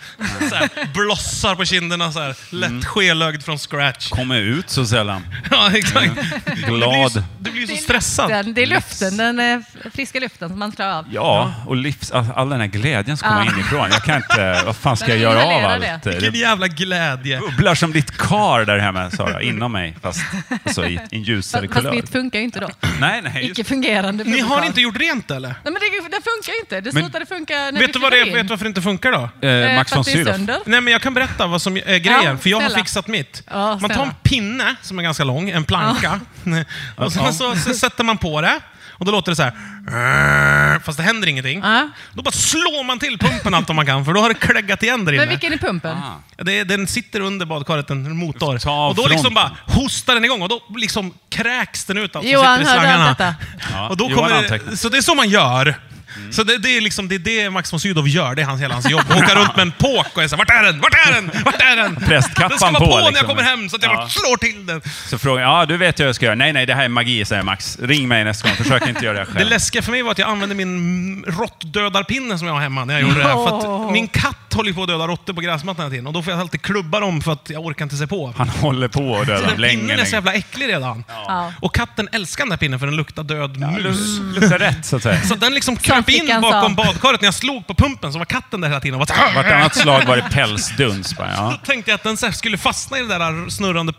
Så här, blossar på kinderna så här. Lätt skelögd från scratch.
[laughs] ja. Kommer ut så
[laughs]
sällan.
Ja, exakt. Du blir, så,
Glad.
du blir så
Det är
stressad.
Den, det är luften, den eh, friska luften som man klarar av.
Ja, och livs, all all den här glädjen som kommer
Ja.
inifrån. Jag kan inte... Vad fan ska jag
Ah. Men
göra av
inhalera
allt?
det.
Det
Vilken jävla glädje.
bubblar som ditt kar där hemma, Sara, inom mig. Fast alltså, i en ljusare
Fast, fast
kulör.
mitt funkar ju inte då.
Nej, nej. Just...
Icke fungerande
Ni har
bubbelkar.
inte gjort rent eller?
Nej, men det, det funkar ju inte. Det
Men-
slutade funka när vi
Vet du, vad det
flyttade
är, vet du
in.
varför det inte funkar då?
Eh, Max
Eh, för
von
att det är
Sydow.
sönder.
Nej, men jag kan berätta vad som är grejen,
Ja,
för jag har
snälla.
fixat mitt.
Ja,
man tar en
snälla.
pinne som är ganska lång, en planka. [laughs] Och så,
Ja,
sen så, så sätter man på det och då låter det så här. eh, Fast det händer ingenting.
Ja.
Då bara slår man till pumpen allt vad man kan, för då har det kläggat igen där inne.
Men vilken är pumpen?
Ah,
Det, den sitter under badkaret, en motor.
Ta av
och då liksom bara
fronten.
hostar den igång och då liksom kräks den ut allt som
Johan,
sitter i
hörde
slangarna.
allt detta?
Ja,
och då
Johan
kommer
antecknar.
det, så det är så man gör.
Mm.
Så det, det, är liksom, det är det Max von Sydow gör, det är hans, hela hans jobb. Åka runt med en påk och är så här, vart är den? Vart är den? Vart är den?
Prästkappan
den ska vara
på,
på, när
liksom.
jag kommer hem så att jag
Ja.
bara slår till den.
Så frågar jag, ja du vet hur jag ska göra. Nej, nej, det här är magi, säger Max. Ring mig nästa gång, försök inte göra det
Det
själv.
läskiga för mig var att jag använde min råttdödarpinne som jag har hemma när jag gjorde det här. För att min katt håller ju på att döda råttor på gräsmattan hela tiden och då får jag alltid klubba dem för att jag orkar inte se på.
Han håller på att
Så
döda
den
länge,
pinnen är så
länge.
jävla äcklig redan.
Ja.
Och katten älskar den där pinnen för den luktar död mus.
Lu- Luktar rätt, så att säga.
Så den liksom kröp
fick
in
han sa.
bakom badkaret när jag slog på pumpen så var katten där hela tiden och bara så här.
Vartannat slag var det pälsduns. Bara, ja.
Då tänkte jag att den så här skulle fastna i den där snurrande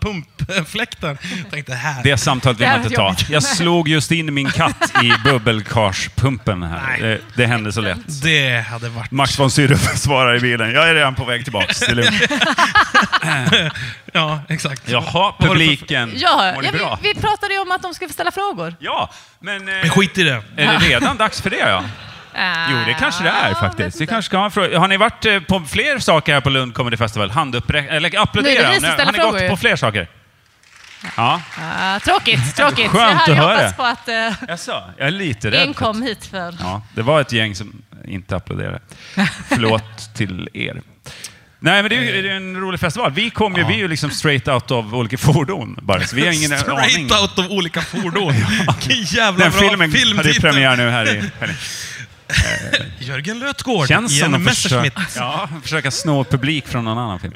pumpfläkten. Tänkte här.
Det samtalet vill
Det här
man inte
var
ta.
jobbigt.
Jag slog just in min katt
[laughs]
i bubbelkarspumpen här.
Nej.
Det, det hände så lätt.
Det hade varit...
Max von Sydow [laughs] svarar i bilen. Jag är redan på väg tillbaks. Det är lugnt.
Ja, exakt.
Jaha,
Vad var det för-
publiken.
Ja,
Mår ni
ja
bra?
vi, vi pratade ju om att de ska få ställa frågor.
Ja, men... eh,
Men skit i det.
Är det redan dags för det,
[laughs]
ja?
Ah,
Jo, det kanske det är faktiskt. Vi kanske ska ha en fråga. Har ni varit eh, på fler saker här på Lund Comedy Festival? Handuppräck... Eller
Nej, det
applådera!
är
om
vi som
ni-
ställer
Har ni
frågor
gått
ju.
på fler saker? Ja.
Ah, [laughs] tråkigt, tråkigt.
Skönt
jag hade
att
ju
höra.
hoppats på att eh,
Jaså, jag är lite rädd.
en kom hit för...
Ja, det var ett gäng som inte applåderade. Förlåt till er. Nej, men det är ju det är ju en rolig festival. Vi kom ju, vi är ju liksom straight out av olika fordon bara, så vi har [laughs] ingen aning.
Straight out av
[laughs]
olika fordon. Vilken jävla
Den
bra
filmen hade ju
filmtitel.
premiär nu här i [laughs] helgen.
Jörgen Lötgård.
Känns som
Jenny
att försöka,
Messerschmitt.
ja, försöka snå publik från någon annan film.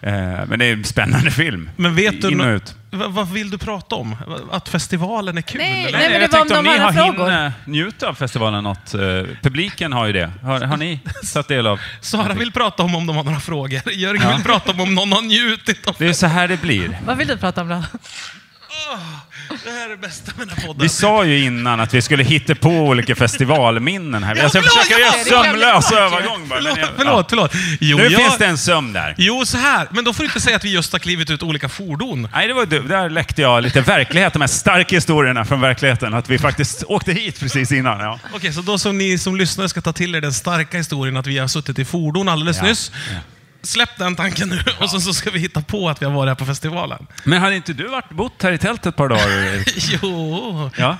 Eh, Men det är en spännande film.
Men vet du...
In och
nå-
ut.
Vad vad vill du prata om? Att festivalen är kul?
Nej,
eller?
nej, men det
jag
var
tänkte
om de
ni
hade
har
frågor.
hinner njuta av festivalen något. eh, Publiken har ju det. Har, har [laughs] ni tagit del av?
Sara vill prata om om de har några frågor. [laughs] Jörgen vill prata om om någon har njutit av
Det är så här det blir.
Vad vill du prata om då?
Det här är det bästa med den här podden.
Vi sa ju innan att vi skulle hitta på olika festivalminnen här. Alltså jag
förlåt,
försöker göra
förlåt, det är
sömnlös
jävligt svårt ju.
övergång bara. men
Förlåt,
jag-
förlåt, förlåt. Jo,
Ja. Nu
jag-
finns det en sömn där.
Jo, så här. Men då får du inte säga att vi just har klivit ut olika fordon.
Nej, det var du. Där läckte jag lite verklighet. De här starka historierna från verkligheten. Att vi faktiskt åkte hit precis innan. Ja.
Okej, så då som ni som lyssnar ska ta till er den starka historien att vi har suttit i fordon alldeles
Ja.
nyss. Släpp den tanken nu och sen så ska vi hitta på att vi har varit här
[laughs]
på festivalen.
Men hade inte du varit, bott här i tältet ett par dagar? Erik?
Jo,
Ja.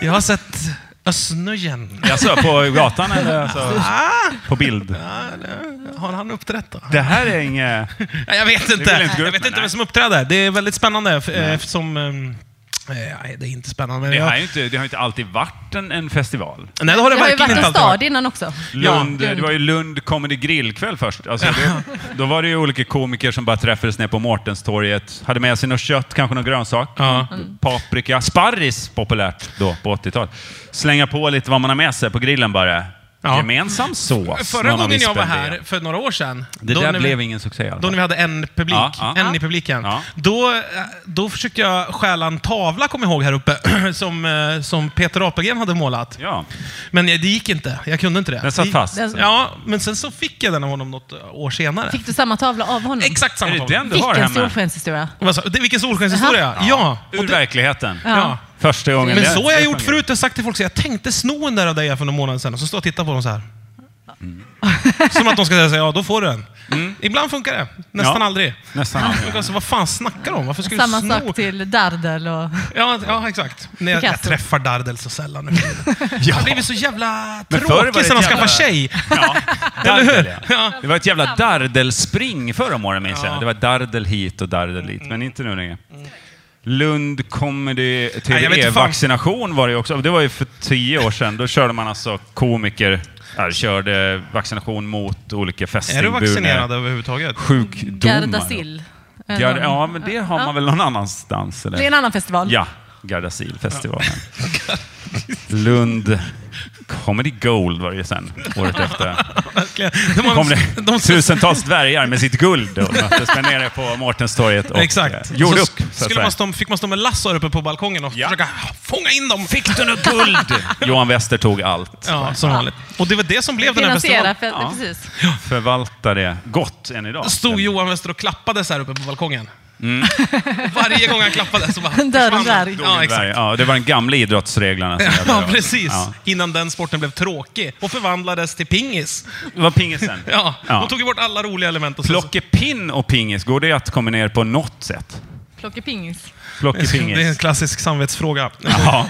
jag har sett Ösnöjen.
Alltså, på gatan eller alltså,
Ah,
på bild?
har han uppträtt då?
Det här är inget...
Ja, Jag vet
Det
inte.
vill jag inte gå
Jag
upp
vet
med,
inte
nej.
vem som uppträder. Det är väldigt spännande f- eftersom... ehm, eh, Nej, det är inte spännande. men
Det, här
jag-
är ju inte, det har ju inte alltid varit en, en festival.
Nej, det har det,
Det har ju
verkligen
varit
inte
en
alltid varit.
stad innan också.
Lund,
Ja.
Det var ju Lund Comedy Grillkväll först. Alltså, det, då var det ju olika komiker som bara träffades ner på Mårtenstorget. Hade med sig något kött, kanske någon grönsak.
Ja.
Paprika. Sparris, populärt då på 80-talet. Slänga på lite vad man har med sig på grillen bara.
Ja.
Gemensam sås.
Förra
någon av
gången jag var
vispen
här,
det.
för några år sedan.
Det
då
där
när vi-
blev ingen succé i alla
Då
fall.
när vi hade en publik,
Ja, ja.
en i
Ja.
publiken.
Ja.
Då, eh, då försökte jag stjäla en tavla, kommer jag ihåg, här uppe, [clears throat] som, eh, som Peter Apelgren hade målat.
Ja,
Men eh, det gick inte. Jag kunde inte det.
den satt
Det-
fast.
Den-
Ja, men sen så fick jag den av honom något år senare.
Fick du samma tavla av honom?
Exakt samma
Är det
tavla.
den du har
Vilken
hemma?
solskenshistoria.
Vad sa- det- Vilken solskenshistoria! Ja.
Ur verkligheten.
Ja.
ja.
Första gången.
Men
det-
så har jag
det
gjort
fungerar.
förut. Jag har sagt till folk så jag tänkte sno den där av dig här för några månader sedan. Och så står jag och tittar på dem så här.
Mm.
Som att de ska säga så här, ja då får du den. Ibland funkar det, nästan
Ja.
aldrig.
Nästan aldrig.
Men Alltså, vad fan snackar de om? Varför ska du
Samma
sno?
sak till Dardel och...
Ja, ja exakt. Nej, jag, jag
Picasso.
träffar Dardel så sällan
[laughs]
nu. Jag har blivit så jävla
Men förr var det
tråkig sen han
ett jävla-
skaffade tjej.
Ja,
[laughs] Eller hur?
dardel, ja. Det var ett jävla dardelspring förra om åren, minns jag. Det var dardel hit och dardel dit,
Mm.
men inte nu längre. Lund Comedy
Nej, jag vet inte fan.
TV-vaccination var det ju också. Det var ju för tio år sedan. Då körde man alltså komiker, ja, körde vaccination mot olika
Är du
fästingburna [laughs]
vaccinerad överhuvudtaget?
sjukdomar.
Gardasil.
Gar- ja, men det har man väl någon annanstans? Eller?
Det är en annan festival.
Ja, Gardasilfestivalen. Lund Comedy Gold var det ju sen, året efter.
Verkligen. De har-
kom det
de- de-
tusentals dvärgar med sitt guld
[laughs]
och möttes där nere på Mårtenstorget och
Exakt.
eh, gjorde
Så
upp. Så att
skulle man
säga.
stå, fick man stå med Lassar uppe på balkongen och
Ja.
försöka fånga in dem. Fick du något
Guld! [laughs] Johan Wester tog allt.
Ja, som vanligt. Och det var det som blev den här
Finansiera,
festivalen.
för,
Ja.
precis.
Förvaltar det gott än idag.
Stod Johan Wester och klappade så här uppe på balkongen.
Mm.
[laughs] Varje gång han klappade så bara...
Dörren där.
försvann han. Ja, exakt.
Ja, det var de gamla idrottsreglerna. som gällde
[laughs] Ja,
då.
precis.
Ja.
Innan den sporten blev tråkig och förvandlades till pingis.
Det var pingisen.
Ja,
Ja.
de tog ju bort alla roliga element. Och sen så-
Plockepinn och pingis, går det att kombinera på något sätt?
Plockepingis.
[laughs] Det är en
Plockepingis.
klassisk samvetsfråga. [laughs]
Ja.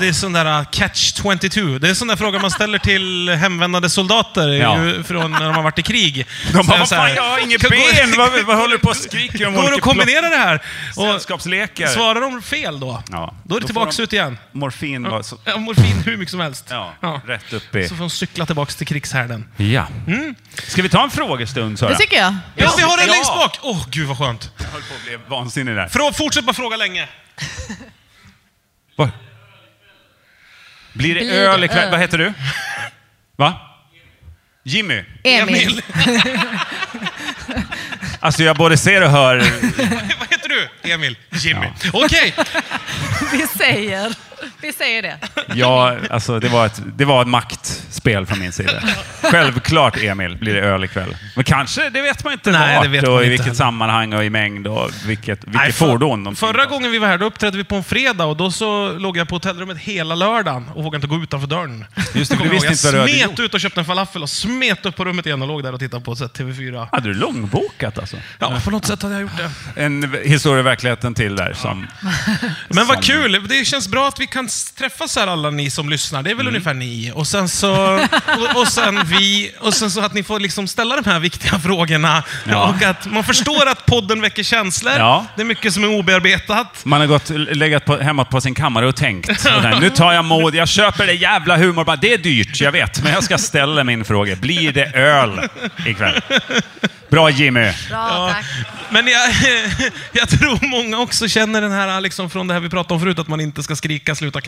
Det är sån där uh, catch 22. Det är sån där fråga man ställer till hemvändande soldater
Ja.
ju från när de har varit i krig.
De
Så
bara,
jag
vad
så här,
fan, jag har inget
"Kan- går-
ben! Vad, vad håller du på och skriker om?
Går det att kombinera det här? Och
Sällskapslekar.
svarar de fel då,
Ja.
då är
Då
det
får
tillbaks
de-
ut igen.
Morfin var så...
Ja, morfin hur mycket som helst.
Ja,
Ja.
rätt upp i...
Så får de cykla tillbaks till krigshärden.
Ja. Mm. Ska vi ta en frågestund, Sara?
Det tycker jag.
Ja, vi har den
Ja.
längst bak! Åh, gud vad skönt.
Jag höll på att bli vansinnig där.
Frå- fortsätt bara fråga länge.
Var? Blir det
Blir
öl
det
ikväll?
öl?
Vad heter du? Va? Jimmy?
Emil.
Alltså, jag både ser och hör...
[laughs] vad heter du? Emil? Jimmy.
[laughs]
Okej,
Vi säger, vi säger det.
Ja, alltså, det, var ett, det var ett maktspel från min sida. Självklart, Emil, blir det öl ikväll. Men kanske, det vet man inte
Nej,
vart
det vet
och i
man inte
vilket
heller.
sammanhang och i mängd och vilket, vilket
Nej, för-
fordon. De
Förra gången vi var här, då uppträdde vi på en fredag och då så låg jag på hotellrummet hela lördagen och vågade inte gå utanför dörren.
Just det,
Kommer
du
jag
visste inte vad
ihåg,
du hade
Jag
gjort.
smet ut och köpte en falafel och smet upp på rummet igen och låg där och tittade på så här, TV4.
Hade du långbokat alltså?
Ja, på något sätt hade jag gjort det.
En historia i verkligheten till där som...
Men
Som-
vad kul! Det känns bra att vi kan s- träffas här alla ni som lyssnar. Det är väl
Mm.
ungefär ni. Och sen så... Och, och sen vi. Och sen så att ni får liksom ställa de här viktiga frågorna.
Ja.
Och att man förstår att podden väcker känslor.
Ja.
Det är mycket som är obearbetat.
Man har gått, legat på, hemma på sin kammare och tänkt. Och där, nu tar jag mod, jag köper det jävla humor. Bara, det är dyrt, jag vet. Men jag ska ställa min fråga. Blir det öl ikväll? Bra Jimmy.
Bra, tack.
Men jag, [laughs] jag tror många också känner den här, liksom från det här vi pratade om förut, att man inte ska skrika sluta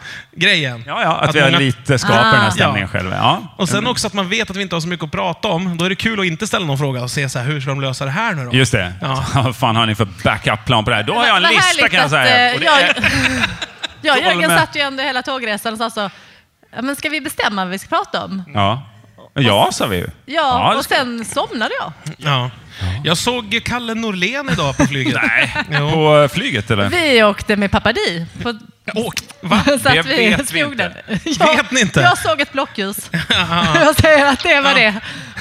klappa-grejen.
Ja, ja, att, vi har
många-
lite Mm. skapar den här
Ah.
stämningen
Ja.
själva. Ja.
Och sen också att man vet att vi inte har så mycket att prata om. Då är det kul att inte ställa någon fråga och se så här, hur ska de lösa det här nu då?
Just det.
Ja.
[laughs] Vad fan har ni för backup-plan på det här? Då har jag en
Vad
lista
härligt
kan jag
att,
säga.
eh,
Och det
[laughs] jag-
är-
Jag och
håller
Jörgen
med.
satt ju ändå hela tågresan och sa så. "Ja, Men ska vi bestämma vad vi ska prata om?
Ja. Ja, sa vi ju.
Ja,
det
och
ska-
sen somnade jag.
Ja. Jag såg Kalle Norlén idag
[laughs]
på flyget.
Nej.
Jo.
På eh, flyget eller?
Vi åkte med pappa Di. På,
Åk, va?
[laughs] så
Det
att vi
vet vi
slog
inte.
den. [laughs] Jag,
Vet ni inte?
Jag såg
[laughs]
ett blockljus. [laughs] jag säger att det var det.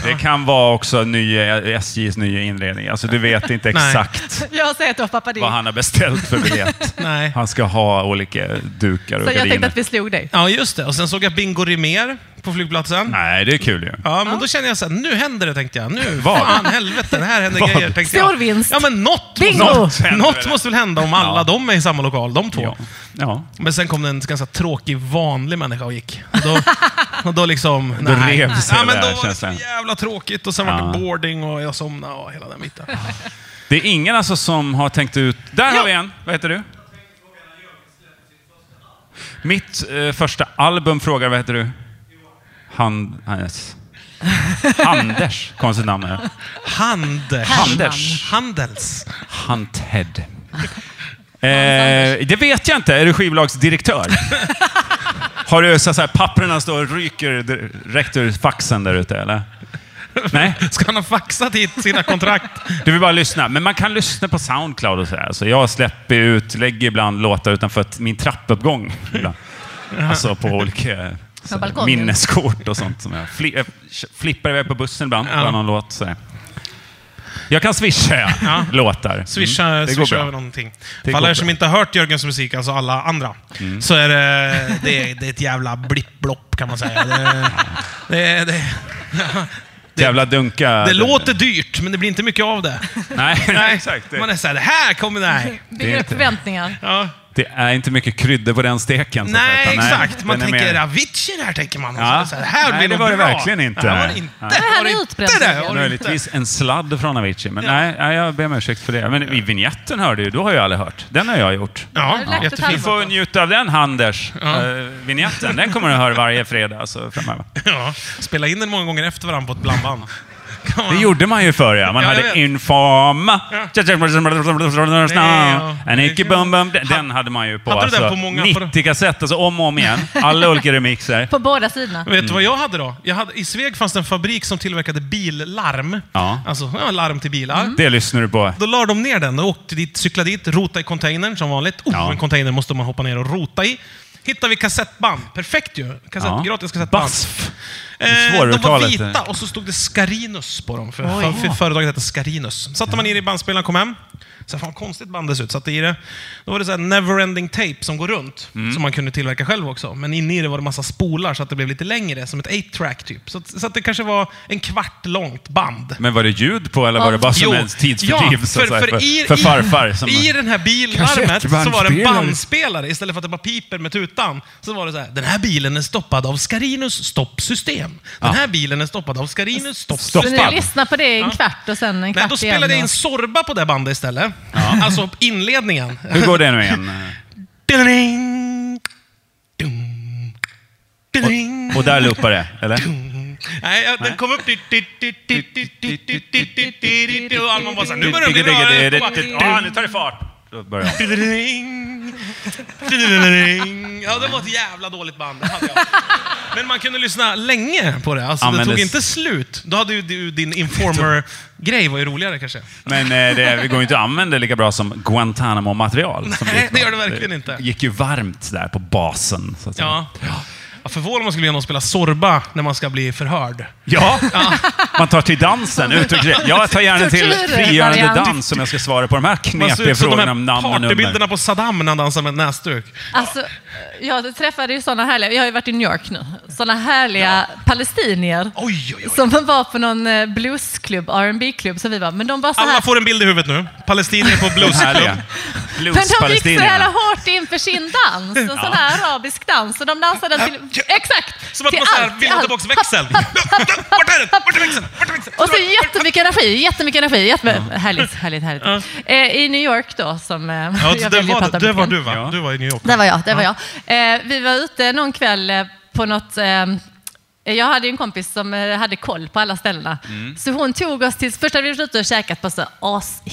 Det kan vara också nya, SJs nya inredning. Alltså, du vet inte
Nej.
exakt
Jag säger att det var pappa Di.
vad han har beställt för biljett.
Nej.
Han ska ha olika dukar och
Så jag tänkte
gardiner.
att vi slog dig.
Ja, just det. Och sen såg jag Bingo Rimér på flygplatsen.
Nej, det är kul ju.
Ja, men då kände jag så här, nu händer det tänkte jag. Nu,
Vad?
fan helvete, det här händer
Vad?
grejer tänkte jag.
Stor vinst.
Ja, men något,
Bingo!
Något
något,
händer
något
väl.
måste väl hända om alla
Ja.
de är i samma lokal, de två.
Ja. ja.
Men sen kom det en ganska tråkig, vanlig människa och gick. Och
[laughs]
då, och då liksom...
Då revs
ja,
hela
men då
här,
var det
känns
så
det.
jävla tråkigt och sen
Ja.
var det boarding och jag somnade och hela den biten.
Det är ingen alltså som har tänkt ut... Där har vi en! Vad heter du? Mitt eh, första album frågar, vad heter du? Han, Hannes. Anders, konstigt namn. är det.
Handels.
Handels.
Handels.
Hunted. Eh, det vet jag inte. Är du
[laughs]
skivbolagsdirektör? Har du så så här, papperna står och ryker direkt ur faxen där ute, eller? Nej,
Ska han ha faxat hit sina kontrakt?
du vill bara lyssna. Men man kan lyssna på Soundcloud och sådär. Så Alltså, jag släpper ut, lägger ibland låtar utanför ett- min trappuppgång. Ibland. Alltså på olika så här,
balkongen.
minneskort och sånt. Som jag, fli, jag flippar iväg på bussen ibland,
Ja.
ja. någon låt. Så här. jag kan swisha ja. låtar.
Swisha,
Mm, det går
swisha
bra.
över någonting.
Det
För
går
alla er som
bra. Mm.
inte har hört Jörgens musik, alltså alla andra, så är det, det, är, det är ett jävla blippblopp kan man säga. Det, det, det,
Jävla dunka.
det låter dyrt, men det blir inte mycket
[laughs]
av det.
Nej, nej exakt.
Man
Det,
är såhär, det här kommer... Nej.
Bygger upp
inte-
förväntningar.
Ja.
det är inte mycket kryddor på den steken. så att
Nej,
säga, utan
exakt. Man
den är
tänker
mer-
Avicii där, tänker man.
Ja.
Och så, här, det här
Nej,
blir
det
nog
var det
bra.
verkligen inte.
Det här var
Nej.
det inte.
Nej.
Det
här
var
är
det
utbränd,
inte.
Jörgen.
Det var det inte.
Möjligtvis en sladd från Avicii, men nej, nej, jag ber om ursäkt för det. Men i vignetten hörde du, då har jag aldrig hört. Den har jag gjort.
Ja,
Har du lagt ett
jättefint.
Du
[laughs]
får njuta av den, Eh, Handers. Ja. vignetten, den kommer du höra varje fredag alltså, framöver.
Ja. Spela in den många gånger efter varandra på ett blandband. Kan man-
Det gjorde man ju förr ja. Man
Ja, jag
hade
vet.
Infama.
ja.
En icke bum bum. Den hade man ju på,
Hade du den
alltså,
på många-
90 kassetter, alltså om och om
[laughs]
igen. Alla olika remixer.
På båda sidorna.
Vet du vad jag hade då? Jag hade, I Sveg fanns det en fabrik som tillverkade billarm.
Ja.
Alltså ja, larm till bilar.
Det lyssnar du på.
Då la de ner den och åkte dit, cyklade dit, rota i containern som vanligt. Oh,
Ja.
En container måste man hoppa ner och rota i. Hittade vi kassettband. Perfekt ju! Kassett,
Ja.
Gratis kassettband.
Basf.
Eh, de var
svåruttalet.
vita och så stod det Scarinus på dem. För,
Oj.
för, för företaget hette Scarinus. Satte man i det i bandspelaren kom hem. Så här, fan konstigt band det ser ut. Satte i det. Då var det så här neverending tape som går runt.
Mm.
Som man kunde tillverka själv också. Men inne i det var det massa spolar så att det blev lite längre. Som ett 8-track typ. Så, att- så att det kanske var en kvart långt band.
Men var det ljud på eller var det bara som en tidsfördriv?
ja,
så att
för,
säga,
för, i,
för farfar. Som,
I den här bilarmet så var det en
Kassettbandspelare.
bandspelare. Istället för att det var piper med tutan så var det så här. Den här bilen är stoppad av Scarinus stoppsystem. Den här bilen är stoppad av Scarinus stoppsystem.
Så ni lyssnar på det i en kvart och sen en kvart
Nej, då spelade jag
igen.
in Sorba på det bandet istället. Alltså inledningen.
Hur går det nu igen?
Ding, dum, ding.
Och där loopar det, eller?
Nej, jag- den kom upp dit... dit, dit, dit, dit, dit, dit, dit, dit, dit, dit, Och Alman bara så här, nu börjar det bli bra. Och bara,
Ja, nu tar det fart. Då börjar
[laughs]
jag.
Tudududing. Tududududing. Ja, det var ett jävla dåligt band. det hade jag. Men man kunde lyssna länge på det. Alltså, det
Användes-
tog inte slut. Då hade ju du din Informer-grej var ju roligare kanske.
Men eh, det, vi går ju inte att använda lika bra som Guantanamo-material. som
Nej,
gick
det gör det
bra.
verkligen inte.
Det gick ju varmt där på basen. Så att säga.
Ja. Ja, Förvånad om man skulle be någon spela Sorba när man ska bli förhörd.
Ja. [laughs] man tar till dansen. Ut och gre- jag tar gärna till
Tortyrvariant.
frigörande dans om jag ska svara på de här
Man ser
knepiga
ut som de
frågorna om
här
namn och nummer.
partybilderna på Saddam när han dansar med en näsduk.
Alltså, jag träffade ju sådana härliga, jag har ju varit i New York nu, sådana härliga palestinier.
Oj, oj, oj.
Som var på någon eh, bluesklubb, rb klubb så vi var. Men de var så här,
Alla får en bild i huvudet nu. Palestinier på
De härliga.
bluesklubb.
men de gick så jävla
Blues-palestinierna.
hårt in för sin
[laughs]
dans, en sån här arabisk dans. Och de dansade till,
Ja.
exakt,
Som att
till
man såhär
allt,
vill
till
ha
allt.
tillbaka växeln. Vart är den? Vart är växeln? Vart är växeln?
Och så jättemycket energi, jättemycket energi. Jättemycket, Härligt, härligt, härligt. Eh, I New York då, som eh,
Ja,
[laughs] jag
det
väljer att
var,
prata
det
mycket
var
om.
du va?
Ja.
Du var i New York.
Där var jag. Där var jag. Eh, vi var ute någon kväll eh, på något... Eh, jag hade ju en kompis som eh, hade koll på alla ställena.
Mm.
Så hon tog oss till... Först hade vi varit ute och käkat på så här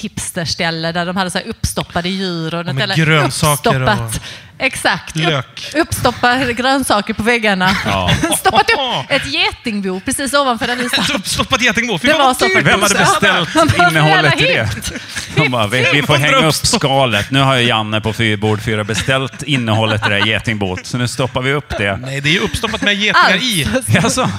ashipsterställe där de hade så här uppstoppade djur och något
med
jävla
grönsaker och-
uppstoppat. Exakt.
Lök.
Upp, uppstoppade grönsaker på väggarna.
Ja.
[laughs] Stoppat upp ett getingbo precis
[laughs]
ovanför där vi satt.
Stopp- Stoppat getingbo. Fy
Det
fan,
var
vad
så
dyrt.
faktiskt.
Vem hade beställt
[laughs] Man bara,
innehållet i
jävla
det? De bara, vi, vi får hänga upp skalet. Nu har ju Janne på fyr- bord fyra beställt innehållet i det här getingbåt, så nu stoppar vi upp det.
Nej, det är ju uppstoppat med getingar i.
Alltså,
Jaså?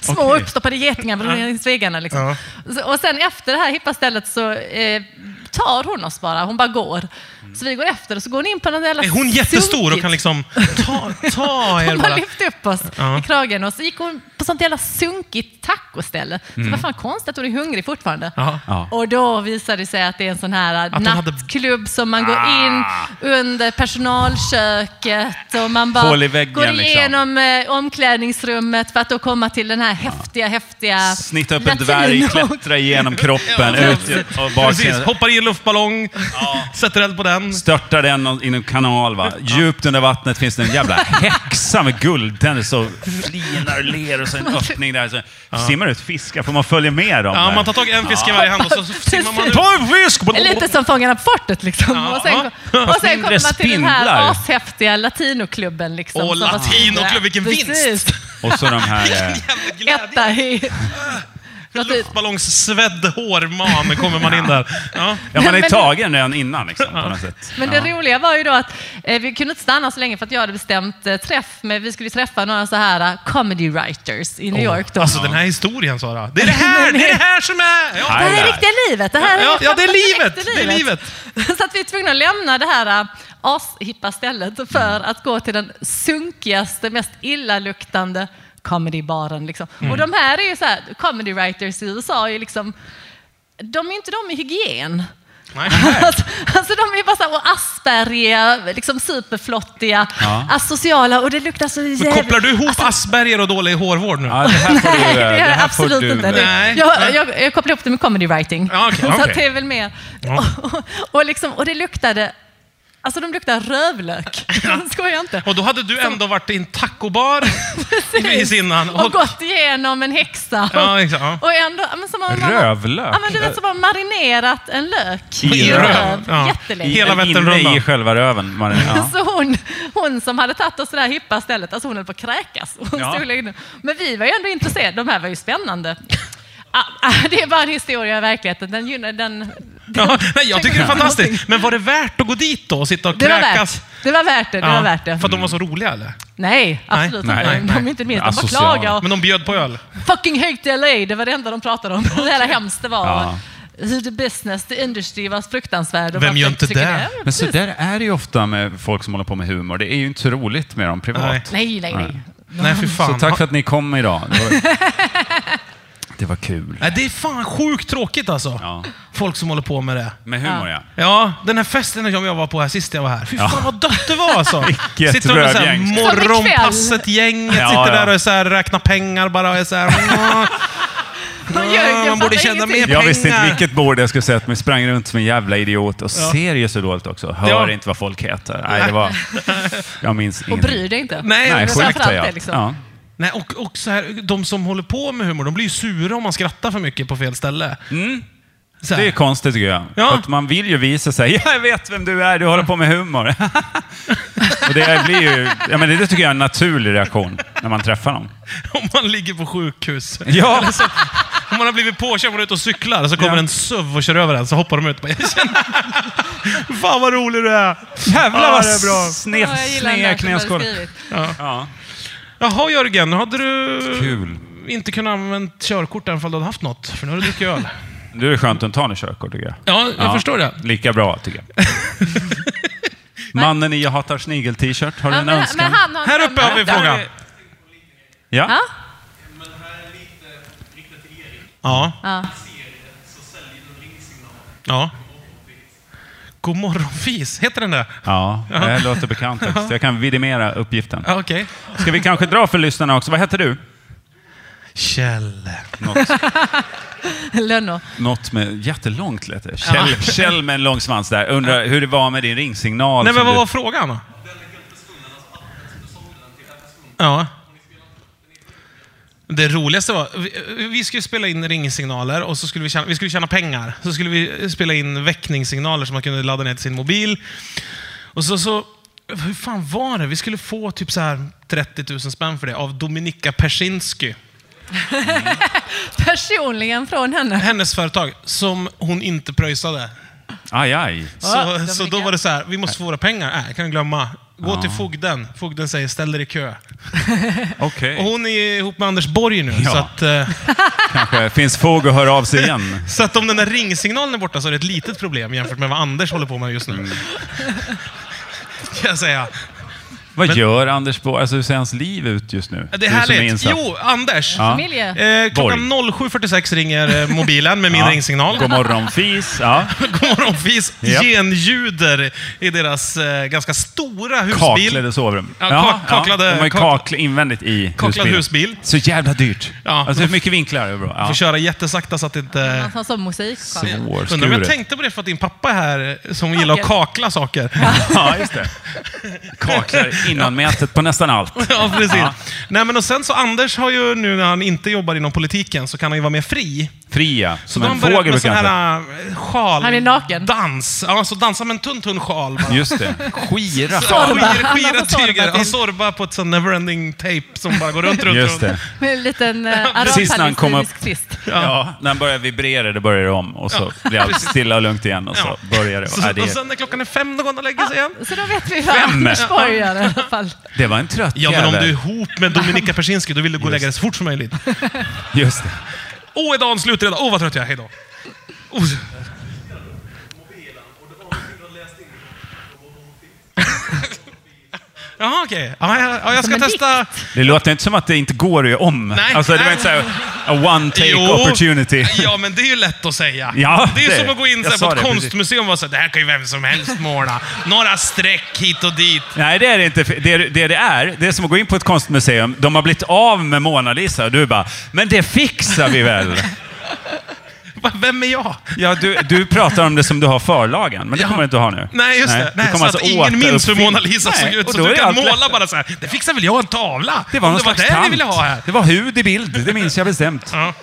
Små
Okej.
[laughs]
uppstoppade getingar på längs väggarna. Liksom.
Ja.
Så- Och sen efter det här hippa stället så eh, tar hon oss bara. Hon bara går. Så vi går efter och så går hon in på någon jävla
Är hon jättestor och kan liksom ta, ta
[laughs]
er
Hon bara
bara?
lyfte upp oss
Ja.
i kragen och så gick hon på sånt jävla sunkigt tacoställe. Så vad fan konstigt att hon är hungrig fortfarande.
Mm. Ja.
Ja.
Och då visade det sig att det är en sån här
hon hade- Ah.
nattklubb som man går in under personalköket och man bara
Hål i väggen,
går
liksom.
igenom eh, omklädningsrummet för att då komma till den här häftiga, häftiga
Snitta upp en
latino-
dvärg, klättra igenom kroppen, ut och
Precis,
baksidan.
hoppar i en luftballong, sätter eld på den.
Störtar den någon- i en kanal, va? Djupt under vattnet finns det en jävla häxa med guldtänder som flinar och ler och så en öppning där. Så simmar ut fiskar, för man följer med dem.
Ja,
där.
man tar tag i en fisk i varje hand och
[laughs]
så simmar man ut.
Ta en fisk!
Lite som Fångarna på fortet liksom.
Ja.
och sen, och
Fast
sen
mindre
kommer man till den
spindlar.
här ashäftiga latinoklubben. Liksom,
Åh,
som var-
latinoklubb, vilken vinst!
Precis.
Och så de
[laughs]
här... Eh,
Jävla glädje.
Etta i... Låt ut-
Luftballongssvedd hårman kommer man in där. [laughs] Ja.
Ja, man är
Men-
tagen redan innan liksom, på något sätt.
Men det roliga var ju då att eh, vi kunde inte stanna så länge för att jag hade bestämt eh, träff med, vi skulle ju träffa några så här eh, comedy writers i New York då.
Alltså den här historien Sara. Det är det här, det är det här som är! Ja.
det här är
Highlight.
riktiga livet. Det här är
Ja, ja, det är
[laughs] direkt
livet.
i
Det är
Så att vi är tvungna att lämna det här eh, ashippa stället för att gå till den sunkigaste, mest illaluktande comedybaren. Liksom.
Mm.
Och de här är ju så här, comedy writers i USA är ju liksom, de är inte de i hygien.
Nej.
[laughs] Alltså, alltså de är bara så här, och aspergiga, liksom superflottiga,
Ja.
asociala och det luktar så jävligt...
Kopplar du
Alltså-
ihop asperger och dålig hårvård nu?
Ja, det här får du...
Nej, det
eh,
gör jag
här får
absolut
du-
inte. Det-
Nej.
Jag, jag, jag kopplar upp det med comedy writing.
Ja, okej,
så
okej.
[laughs] att det är väl mer.
Ja.
Och, och, liksom, och det luktade Alltså de
[laughs]
luktar rövlök. Jag skojar inte.
Och då hade du ändå varit i en
[laughs]
tacobar precis innan.
Och, gått igenom en häxa.
Ja, exakt, ja.
Och ändå, ja, men som man,
Rövlök?
Ja, men du vet, som har marinerat en lök
I
i
röv.
röv.
Ja.
Jättelänge.
Hela
Inne
Vätternrundan.
i själva röven. Marin. Ja.
[laughs] Så hon, hon som hade tagit oss till det här hippa stället, alltså hon höll på att kräkas. Hon
Ja.
stod där inne. Men vi var ju ändå intresserade, de här var ju spännande. [laughs] Ah, ah, Det är bara en historia i verkligheten. Den, gynnar- den,
Ja, nej, jag tycker det är fantastiskt. Men var det värt att gå dit då och sitta och
det, var
kräkas?
värt, det var värt det. det,
Ja,
var värt det.
För att de var så roliga eller?
Nej, absolut
nej,
inte.
nej,
de
nej.
är inte minst, de bara
Asociala.
klagade. Och,
Men de bjöd på öl.
fucking hate till LA, det var det enda de pratade om. [laughs] Hur jävla hemskt det var.
Ja.
Hur the business, the industry var fruktansvärd. Och
Vem
varför
gör inte
tycker
det?
ni- Ja,
Men så
precis.
där är det ju ofta med folk som håller på med humor. Det är ju inte så roligt med dem privat.
Nej, nej, nej.
Nej, för fan.
Så tack för att ni kom idag. Det var, [laughs] det var kul.
Nej, det är fan sjukt tråkigt alltså.
Ja.
Folk som håller på med det.
Med humor ja.
Ja, den här festen som jag var på här sist jag var här. Fy fan vad dött det var alltså.
[laughs] Vilket
sitter med så här
rövgäng.
morgonpasset-gänget,
Ja,
sitter
ja.
där och så här räknar pengar bara och är så här... "Åh, [laughs]
De ljög,
man borde
fattar
känna
ingenting.
mer
Jag visste inte
pengar."
vilket bord jag skulle säga att men jag sprang runt som en jävla idiot och ser ju så dåligt också. Hör
Ja.
inte vad folk heter. Nej, det var... Jag minns
Och
ingenting.
bryr dig inte.
Nej,
Nej,
men
sjukt
framförallt
är jag.
det, liksom.
Ja.
Nej, och, och så här, de som håller på med humor, de blir ju sura om man skrattar för mycket på fel ställe. Så här.
Mm. Det är konstigt tycker jag.
Ja.
För att man vill ju visa sig. [laughs] Jag vet vem du är, du håller på med humor. [laughs] och det, blir ju, ja, men det tycker jag är en naturlig reaktion när man träffar någon.
[laughs] Om man ligger på sjukhus.
Ja,
Om man har blivit påkörd, man är ute och cyklar, så kommer
Ja.
en SUV och kör över en, så hoppar de ut och bara, jag känner... [laughs] Fan vad rolig du är!
jävlar vad
Ja, det är bra.
sned,
Ja, jag gillar den
sned
där som du
knäskål.
hade skrivit.
Ja.
Jaha Jörgen, hade du
Kul. inte
inte kunnat använda körkort även om du hade haft något? För nu har du druckit öl.
Du är det skönt att ta nu körkort tycker jag.
[laughs] Ja, jag förstår det.
Lika bra tycker
[laughs]
jag. Mannen i Jag hatar snigel-t-shirt, har du
Ja,
en
men,
önskan?
men han har
Här uppe har vi en
drömmar.
fråga.
Ja.
Ja?
Ja.
Ja.
ja. God morgon fis, heter den det?
Ja, det här låter bekant faktiskt. Jag kan vidimera uppgiften.
Ja, okej.
Ska vi kanske dra för lyssnarna också? Vad heter du?
Kjell.
Något,
Lönno.
något med jättelångt lät det. Kjell, Kjell med en lång svans där. Undrar hur det var med din ringsignal.
Nej, men
som
vad
du-
var frågan? Ja. Det roligaste var, vi, vi skulle spela in ringsignaler och så skulle vi, tjäna, vi skulle tjäna pengar. Så skulle vi spela in väckningssignaler som man kunde ladda ner till sin mobil. Och så, så hur fan var det? Vi skulle få typ så här 30 000 spänn för det av Dominika Persinski.
Personligen från henne.
Hennes företag, som hon inte pröjsade.
Aj, aj.
Ja,
Så, så då
Dominika.
var det så här, vi måste få våra pengar. Nej, jag kan glömma. Gå till fogden. Fogden säger ställ dig i kö.
Okej.
Och hon är ju ihop med Anders Borg nu,
Ja.
så, att, eh,
Kanske finns fog att höra av sig igen.
[laughs] så att om den där ringsignalen är borta så är det ett litet problem jämfört med vad Anders håller på med just
Mm.
nu. Kan jag säga.
Vad gör Anders Borg? Alltså, hur ser hans liv ut just nu?
Det
Du
är
som
härligt.
insatt.
Jo, Anders.
Ja.
Familje.
Eh, klockan 07.46 ringer eh, mobilen med min
[laughs] Ja.
ringsignal.
God morgon, fis. Ja.
[laughs] God morgon Fis
Japp.
genljuder i deras eh, ganska stora husbil.
Kaklade sovrum.
Ja,
Jaha,
kak- kaklade-
De har ju
kak-
kakl invändigt i
Kaklad
husbilen.
husbil.
Så jävla dyrt.
Ja.
Alltså, hur mycket vinklar är det? Bra.
Får
Ja.
köra jättesakta så att det inte...
Han har sån musik.
Undrar om jag
Svårskuret.
tänkte på det för att din pappa är här eh, som gillar att kakla saker.
[laughs]
[laughs]
Ja, just det. Kaklar innanmätet på nästan allt.
[laughs] Ja, precis.
Ja.
Nej, men och sen så Anders har ju nu när han inte jobbar inom politiken så kan han ju vara mer fri.
Fria,
Så
som
då har
en
han börjat
fågel
med sån
brukar jag
här eh, sjal...
Han är naken.
Dans. Ja, så dansar med en tunn, tunn sjal. bara.
säga. Just det. Giraff.
Sorba.
Skira,
Han
skira
har sorba
tyger.
till.
Han sorbar på ett sånt neverending tape som bara går runt, runt,
Just
runt.
det.
Med en liten eh,
Precis när han kom upp.
arabpalestinsk twist.
Ja, när den börjar vibrera, då börjar det om. Och så blir allt stilla och lugnt igen. Och så
Ja.
börjar det.
Så,
Ja, det,
och sen när klockan är fem, då går han och lägger sig igen.
Så då vet vi vad Anders Borg gör i alla fall.
det var en trött
Ja, men om du är
jävel.
ihop med Dominika Persinski, då vill du gå och lägga dig så fort som möjligt.
Just det.
Åh, är dagen slut redan? Åh, vad trött jag är. Hejdå. Oh. [laughs] Jaha, okej. Ja, jag, ja, jag ska
Som en
testa...
Det låter inte som att det inte går att göra om.
Nej.
alltså, det var
Nej.
inte så här, a one take opportunity.
Ja, men det är ju lätt att säga.
[laughs] Ja,
det är ju
det är
som att gå in
det.
så här,
Jag sa
på ett
det, precis.
konstmuseum och säga det här kan ju vem som helst måla. Några streck hit och dit.
Nej, det är det inte. Det det, det är, det är som att gå in på ett konstmuseum.
[laughs]
De har blivit av med Mona Lisa och du bara, men det fixar vi väl?
Va- Vem är jag?
Ja, du, du pratar om det som du har förlagen, men det
Ja.
kommer du inte att ha nu.
Nej, just det.
du
Nej,
kommer
så
alltså
att ingen minns hur
återuppfinna-
Mona Lisa
Nej,
såg ut.
och
Så
då
du
är
kan
allt
måla
lätt.
bara så här. Det fixar väl jag en tavla?
Det var
Om
någon
det var
slags
det ni
tant.
ville ha här.
Det var hud i bild, det minns jag bestämt.
Ja,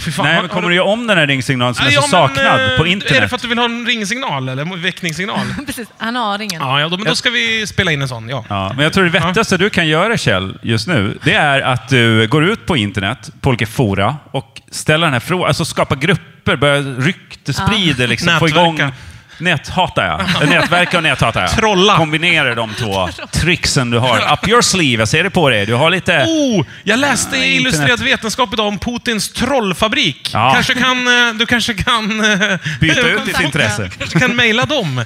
fy fan,
Nej,
har-
men
har
kommer du göra om den här ringsignalen som är
Ja,
så
men,
saknad
eh,
på
Är det
internet?
för att du vill ha en ringsignal eller
[laughs]
en väckningssignal?
Precis, han har ingen.
Ja, ja då, men då ska vi spela in en sån. Ja.
Ja, men jag tror det vettigaste du kan göra Kjell, just nu, det är att du går ut på internet, på olika fora, och ställer den här frågan. Alltså skapa grupper, börja ryktesprida, liksom, få igång...
Nätverka.
Näthatar jag. Nätverka och näthatar jag.
Trolla.
Kombinera de två tricksen du har. Up your sleeve, jag ser det på dig. Du har lite...
Oh, jag läste
Nej,
i
internet.
Illustrerad Vetenskap idag om Putins trollfabrik.
Ja.
Kanske kan, eh, du kanske kan... eh,
Byta
[laughs]
ut ditt
kontakta.
intresse.
kanske kan mejla
[laughs]
dem.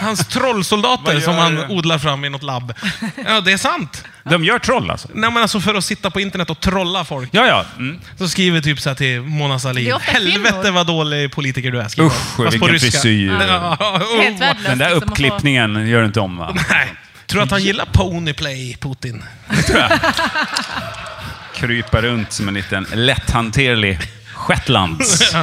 Hans
Vad
trollsoldater
gör
som han
du?
odlar fram i något labb. Ja, det är sant.
De gör troll alltså.
Nej, men alltså för att sitta på internet och trolla folk.
Ja, ja. Mm.
Så skriver typ så här till Mona
Det
Sahlin.
är ofta
Helvete
kvinnor."
vad dålig politiker du är. skriver
Usch,
hon. Fast på
vilken
ryska.
frisyr.
Ja, oh.
Helt värdelöst.
Den där
liksom, att få-
uppklippningen gör du inte om va?
Nej. Tror du att han gillar Ponyplay, Putin?
Krypa runt som en liten lätthanterlig shetlands.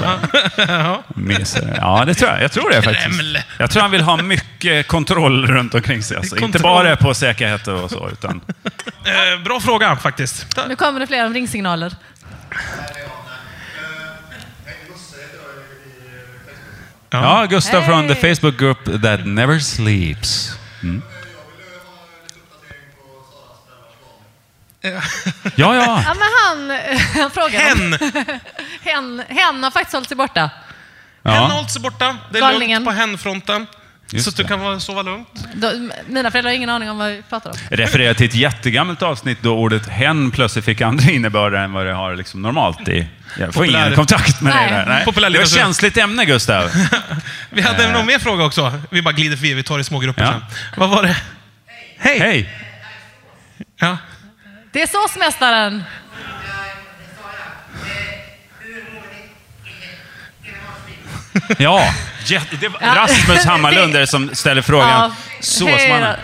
Myser. Ja, det tror jag. Jag tror det faktiskt.
Kreml.
Jag tror han vill ha mycket kontroll runt omkring sig. Alltså. Inte
Kontroll.
bara på säkerhet och så, utan...
Eh, bra fråga faktiskt.
Nu kommer det fler om ringsignaler.
Ja, Gustav från the
Hey.
Facebook group that never sleeps. Mm. Ja, ja.
Ja, men han, eh, han frågade om-
Hen!
hen. Hen har faktiskt hållit sig borta.
Hen har
ja.
hållit sig borta. Det är
Galningen.
lugnt på henfronten.
Just
Så att du
det.
kan vara- sova lugnt.
De, mina föräldrar har ingen aning om vad vi pratar om.
Refererar till ett jättegammalt avsnitt då ordet hen plötsligt fick andra innebörder än vad det har liksom normalt i... Jag får
Populär-
ingen kontakt med det
Nej.
där. Nej. Det var ett
Populärlitteratur.
känsligt ämne, Gustav.
Vi hade någon mer fråga också. Vi bara glider förbi, vi tar det i små grupper
Eh. Ja.
sen. Vad var det? Hej!
Hej!
Ja.
Det är såsmästaren.
Ja, jätte- det var Rasmus Hammarlund är det som ställer frågan.
Ja.
Såsmannen.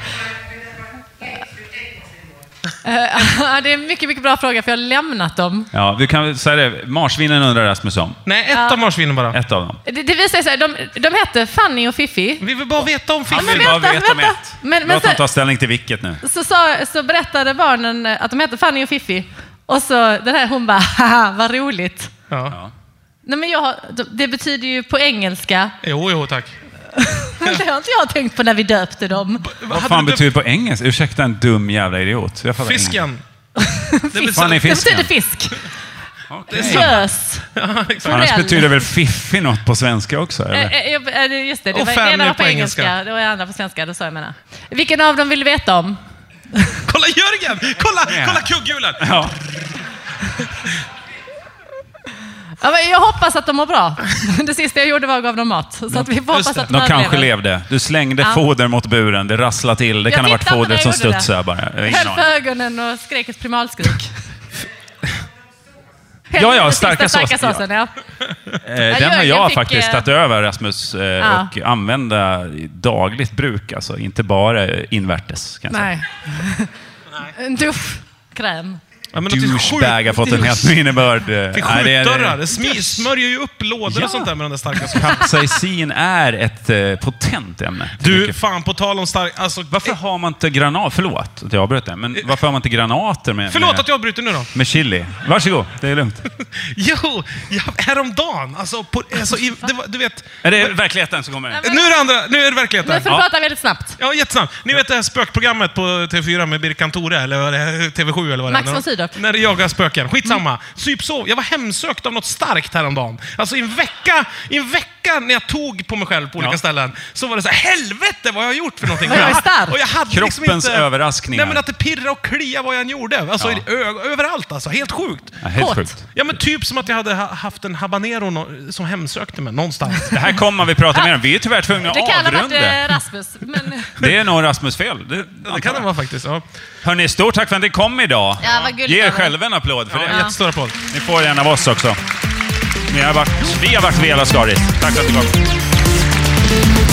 Ja, det är en mycket, mycket bra fråga för jag har lämnat dem.
Ja, du kan väl säga det. Marsvinen undrar Rasmus om.
Nej, ett av marsvinen bara.
Ett av dem.
Det, det visar sig, de, de hette Fanny och Fifi.
Vi vill bara veta om
Han
Fiffi.
vill bara
vänta,
veta om
vänta.
ett.
Men- men
Låt
så-
honom ta ställning till vilket nu.
så, sa, så berättade barnen eh, att de hette Fanny och Fifi. Och så den här hon bara, haha, vad roligt.
Ja.
Ja.
Nej, men jag, har- det betyder ju på engelska,
Jo, jo, tack.
men det har inte jag tänkt på när vi döpte dem.
Vad
hade
fan
du-
betyder på engelska? Ursäkta en dum jävla idiot. Jag fattar ingenting.
Fisken. Det är
Fan, är
Det
fisken?
betyder fisk.
Okej.
Gös.
Ja, exakt.
Annars
forell.
betyder väl fiffi något på svenska också? Eller?
Eh, eh, jag- eh, det- Just det, det
Och
var, det
Fanny
ena var på
på
engelska,
engelska.
det var det andra på svenska. Det sa jag menar. Vilken av dem vill du veta om?
Kolla Jörgen! Kolla,
Ja.
kolla kugghjulen!
Ja.
Ja, men Jag hoppas att de mår bra. [laughs] Det sista jag gjorde var att gav dem mat. Så att vi får hoppas
det.
Alltså att de
De kanske
överlever.
levde. Du slängde
Ja.
foder mot buren. Det rasslade till. Det
Jag
kan ha varit
tittade när
fodret som
jag gjorde det. Alltså,
studsade bara. Jag har ingen
Höll
aning.
för ögonen och skrek ett primalskrik.
[laughs]
Helt
Ja, ja,
precis,
starka
den starka
såsen,
såsen. Ja.
Eh, den har
Jörgen
jag
fick,
faktiskt
eh,
tagit över, Rasmus, eh,
Ja.
och använda i dagligt bruk. Alltså, inte bara invärtes. Kan jag säga.
Nej. [laughs] En dusch. Kräm.
Ja, men något sjukt.
Douchebag har fått en helt ny innebörd. Eh,
Till
nej, det är-
skjutdörrar. Det smi- smörjer ju upp lådor
Ja.
och sånt där med den där starka såsen.
Capsaicin är ett eh, potent ämne. Det är
Du,
mycket-
fan på tal om stark... Alltså,
varför har man inte granat... Förlåt att jag avbröt det, men varför har man inte granater med,
Eh. Förlåt
med,
att jag bryter nu då.
med chili? Varsågod, det är lugnt.
Jo, jag, häromdagen. Alltså, på, alltså i, det var, du vet.
Är det verkligheten som kommer?
Nu är det andra, nu är det verkligheten.
Nu får du
Ja.
prata väldigt snabbt.
Ja, jättesnabbt. Ni vet det här spökprogrammet på TV4 med Birkan Tore, eller vad det är, TV7 eller vad det är?
Max von Sydow. Mm.
När det jagar spöken. Skitsamma. Sypsov. Jag var hemsökt av något starkt häromdagen. Alltså i en vecka, i en vecka när jag tog på mig själv på olika
Ja.
ställen, så var det så här, helvete vad jag har gjort för någonting.
Vad jag är
Och
stark.
Och jag hade liksom
Kroppens
inte,
överraskningar.
Nej men att det pirrade och kliade vad jag än gjorde. Alltså
Ja.
i ö- överallt alltså. Helt sjukt.
Ja, helt
Kort.
sjukt.
Ja men typ som att jag hade ha- haft en habanero nå- som hemsökte
[laughs]
mig någonstans.
Det här kommer vi prata mer om. Vi är tyvärr tvungna att
Det kan ha varit
avrunda.
eh, Rasmus,
[laughs]
men
Det är nog Rasmus fel. Det,
det kan det vara faktiskt. Ja.
Hörni, stort tack för att ni kom idag.
Ja, vad gulligt
Ge er
av er.
själva en applåd för
Ja,
det.
Jättestora podd.
Ni får en av oss också. Ni har varit, vi har varit Vela Skaris. Tack för att ni kom.